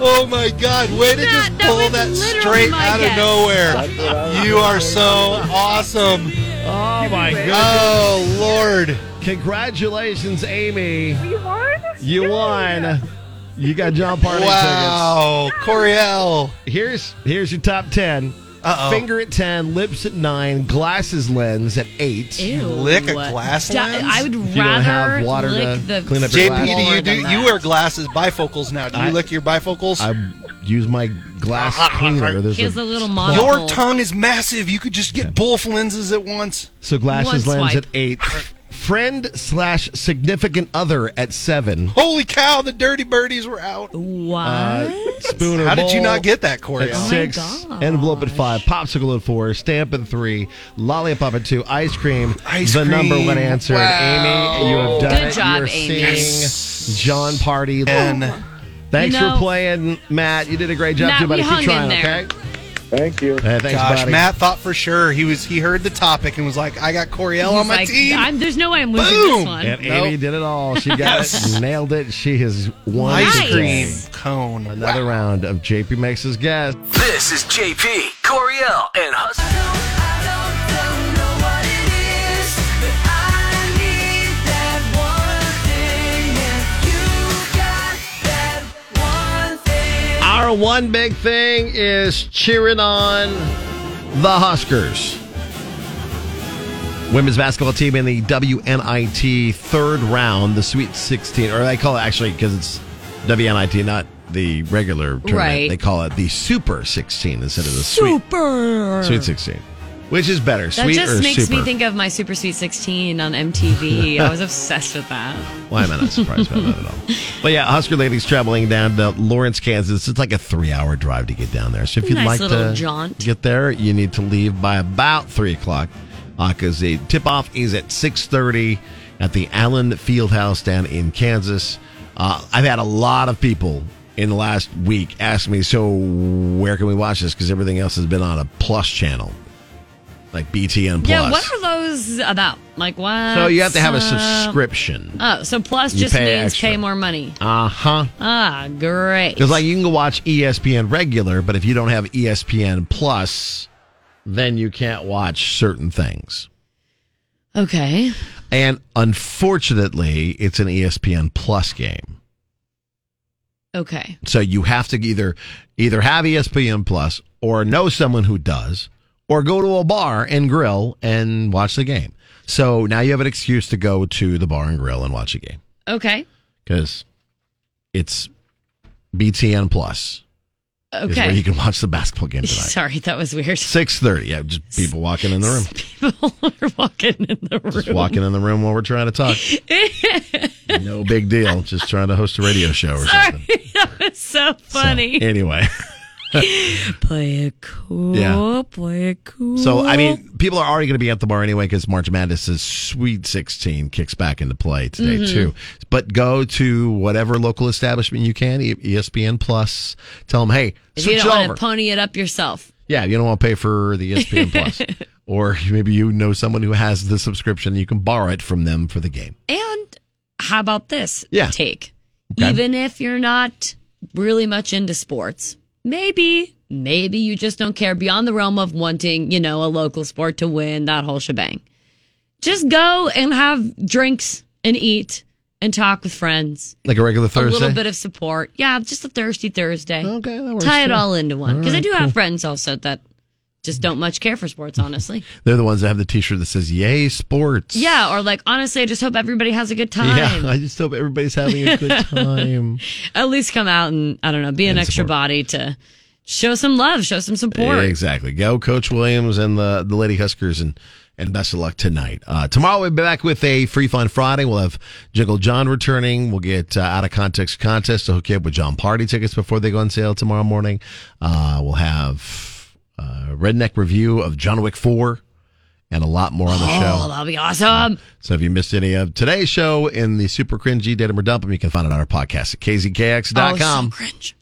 [SPEAKER 9] Oh my God! Way to just pull that straight out of nowhere. You are so awesome.
[SPEAKER 4] Oh my
[SPEAKER 9] God! Oh Lord!
[SPEAKER 4] Congratulations, Amy.
[SPEAKER 16] We won?
[SPEAKER 4] You won. You got John Party
[SPEAKER 9] Wow,
[SPEAKER 4] tickets.
[SPEAKER 9] Coriel.
[SPEAKER 4] Here's here's your top 10
[SPEAKER 9] Uh-oh.
[SPEAKER 4] Finger at ten, lips at nine, glasses lens at eight.
[SPEAKER 8] Ew. Lick a glass Di- lens? I would
[SPEAKER 4] If you don't
[SPEAKER 8] rather
[SPEAKER 4] have water to
[SPEAKER 8] lick the-
[SPEAKER 4] clean up your
[SPEAKER 9] JP,
[SPEAKER 4] glasses.
[SPEAKER 9] do you do you wear glasses bifocals now? Do you
[SPEAKER 4] I-
[SPEAKER 9] lick your bifocals?
[SPEAKER 4] I use my
[SPEAKER 9] [laughs]
[SPEAKER 4] glass cleaner. There's
[SPEAKER 8] He has a little monocle.
[SPEAKER 9] Your tongue is massive. You could just get both lenses at once.
[SPEAKER 4] So glasses
[SPEAKER 9] One
[SPEAKER 4] lens
[SPEAKER 9] swipe.
[SPEAKER 4] at eight. Friend slash significant other at seven.
[SPEAKER 9] Holy cow! The dirty birdies were out.
[SPEAKER 4] Uh, spoon or
[SPEAKER 9] How did you
[SPEAKER 4] bowl
[SPEAKER 9] not get that, Corey?
[SPEAKER 4] At six, envelope at five, popsicle at four, stamp at three, lollipop at two, ice cream.
[SPEAKER 9] Ice
[SPEAKER 4] the number
[SPEAKER 9] cream.
[SPEAKER 4] one answer. And
[SPEAKER 9] Wow.
[SPEAKER 4] Amy, you have done
[SPEAKER 8] Good
[SPEAKER 4] it.
[SPEAKER 8] job,
[SPEAKER 4] You're
[SPEAKER 8] Amy.
[SPEAKER 4] seeing
[SPEAKER 8] Yes.
[SPEAKER 4] John Party.
[SPEAKER 9] And-
[SPEAKER 4] Thanks
[SPEAKER 8] You know-
[SPEAKER 4] for playing, Matt. You did a great job
[SPEAKER 8] Matt,
[SPEAKER 4] too, buddy.
[SPEAKER 8] we hung
[SPEAKER 4] Keep
[SPEAKER 8] in
[SPEAKER 4] trying,
[SPEAKER 8] there.
[SPEAKER 4] okay?
[SPEAKER 15] Thank you.
[SPEAKER 4] Uh, thanks,
[SPEAKER 9] Gosh,
[SPEAKER 4] buddy.
[SPEAKER 9] Matt thought for sure he was. He heard the topic and was like, "I got Coriel
[SPEAKER 8] He's
[SPEAKER 9] on my
[SPEAKER 8] like,
[SPEAKER 9] team."
[SPEAKER 8] I'm, there's no way I'm losing
[SPEAKER 9] Boom.
[SPEAKER 8] this one.
[SPEAKER 4] And Amy did it all. She got
[SPEAKER 9] Yes.
[SPEAKER 4] it, nailed it. She has won
[SPEAKER 9] Ice
[SPEAKER 4] the
[SPEAKER 9] cream
[SPEAKER 4] game.
[SPEAKER 9] cone.
[SPEAKER 4] Another round of JP makes his guess.
[SPEAKER 10] This is JP, Coriel, and Hus.
[SPEAKER 4] Our one big thing is cheering on the Huskers. Women's basketball team in the WNIT third round, the Sweet 16, or they call it actually because it's WNIT, not the regular tournament.
[SPEAKER 8] Right.
[SPEAKER 4] They call it the Super 16 instead of the Sweet,
[SPEAKER 8] Super.
[SPEAKER 4] sweet 16, which is better.
[SPEAKER 8] That
[SPEAKER 4] sweet
[SPEAKER 8] just
[SPEAKER 4] or
[SPEAKER 8] makes
[SPEAKER 4] super?
[SPEAKER 8] me think of my Super Sweet 16 on MTV. I was obsessed with that.
[SPEAKER 4] Why am I not surprised by that at all? But yeah, Husker ladies traveling down to Lawrence, Kansas. It's like a three-hour drive to get down there. So if you'd
[SPEAKER 8] Nice
[SPEAKER 4] like
[SPEAKER 8] little
[SPEAKER 4] to
[SPEAKER 8] jaunt.
[SPEAKER 4] get there, you need to leave by about three o'clock because the tip-off is at six thirty at the Allen Fieldhouse down in Kansas. Uh, I've had a lot of people in the last week ask me, "So where can we watch this?" Because everything else has been on a Plus channel, like BTN Plus.
[SPEAKER 8] Yeah, what are those about? Like what?
[SPEAKER 4] so you have to have a
[SPEAKER 8] uh,
[SPEAKER 4] subscription.
[SPEAKER 8] Oh, so plus
[SPEAKER 4] You
[SPEAKER 8] just
[SPEAKER 4] pay
[SPEAKER 8] means
[SPEAKER 4] extra.
[SPEAKER 8] pay more money.
[SPEAKER 4] Uh huh.
[SPEAKER 8] Ah, great.
[SPEAKER 4] Because like you can go watch E ESPN regular, but if you don't have E ESPN Plus, then you can't watch certain things.
[SPEAKER 8] okay.
[SPEAKER 4] And unfortunately, it's an E ESPN Plus game,
[SPEAKER 8] Okay.
[SPEAKER 4] so you have to either either have E ESPN Plus or know someone who does, or go to a bar and grill and watch the game. So now you have an excuse to go to the bar and grill and watch a game
[SPEAKER 8] Okay.
[SPEAKER 4] because it's BTN Plus. is where
[SPEAKER 8] Okay.
[SPEAKER 4] you can watch the basketball game
[SPEAKER 8] [laughs]
[SPEAKER 4] tonight.
[SPEAKER 8] Sorry, that was weird.
[SPEAKER 4] Six thirty. Yeah, just people walking in the room.
[SPEAKER 8] [laughs] We're walking in the room. [laughs]
[SPEAKER 4] Just walking in the room while we're trying to talk. No big deal. Just trying to host a radio show or something.
[SPEAKER 8] Sorry, that was so [laughs] funny.
[SPEAKER 4] Anyway.
[SPEAKER 8] play it cool.
[SPEAKER 4] Yeah.
[SPEAKER 8] Play it cool.
[SPEAKER 4] So I mean, people are already going to be at the bar anyway because March Madness's Sweet 16 kicks back into play today
[SPEAKER 8] Mhm.
[SPEAKER 4] too. But go to whatever local establishment you can, E- ESPN Plus. Tell them, hey,
[SPEAKER 8] if you
[SPEAKER 4] switch
[SPEAKER 8] don't
[SPEAKER 4] over.
[SPEAKER 8] want to pony it up yourself,
[SPEAKER 4] yeah, you don't want to pay for the E
[SPEAKER 8] [laughs]
[SPEAKER 4] ESPN Plus, or maybe you know someone who has the subscription. You can borrow it from them for the game.
[SPEAKER 8] and how about this
[SPEAKER 4] Yeah.
[SPEAKER 8] take?
[SPEAKER 4] Okay.
[SPEAKER 8] Even if you're not really much into sports, maybe, maybe you just don't care beyond the realm of wanting, you know, a local sport to win that whole shebang. Just go and have drinks and eat and talk with friends.
[SPEAKER 4] Like a regular Thursday. Oh,
[SPEAKER 8] A little bit of support. Yeah, just a thirsty Thursday. Okay, that
[SPEAKER 4] works,
[SPEAKER 8] Tie it
[SPEAKER 4] too.
[SPEAKER 8] all into one.
[SPEAKER 4] All
[SPEAKER 8] Because I
[SPEAKER 4] right,
[SPEAKER 8] do
[SPEAKER 4] cool.
[SPEAKER 8] have friends also that just don't much care for sports, honestly.
[SPEAKER 4] They're the ones that have the T-shirt that says "Yay Sports."
[SPEAKER 8] yeah, or like, honestly, I just hope everybody has a good time.
[SPEAKER 4] [laughs] Yeah, I just hope everybody's having a good
[SPEAKER 8] [laughs]
[SPEAKER 4] time.
[SPEAKER 8] At least come out and, I don't know, be an
[SPEAKER 4] And
[SPEAKER 8] extra body to show some love, show some support.
[SPEAKER 4] Exactly. Go, Coach Williams and the the Lady Huskers, and and best of luck tonight. Uh, tomorrow we'll be back with a free fun Friday. We'll have Jiggle John returning. We'll get uh, out of context contest to hook you up with John Party tickets before they go on sale tomorrow morning. Uh, we'll have uh, redneck review of John Wick Four, and a lot more on the show.
[SPEAKER 8] Oh, that'll be awesome.
[SPEAKER 4] So if you missed any of today's show in the super cringy Datum or Dump 'Em, you can find it on our podcast at
[SPEAKER 8] Oh, so
[SPEAKER 4] kzkx.com.
[SPEAKER 8] cringe.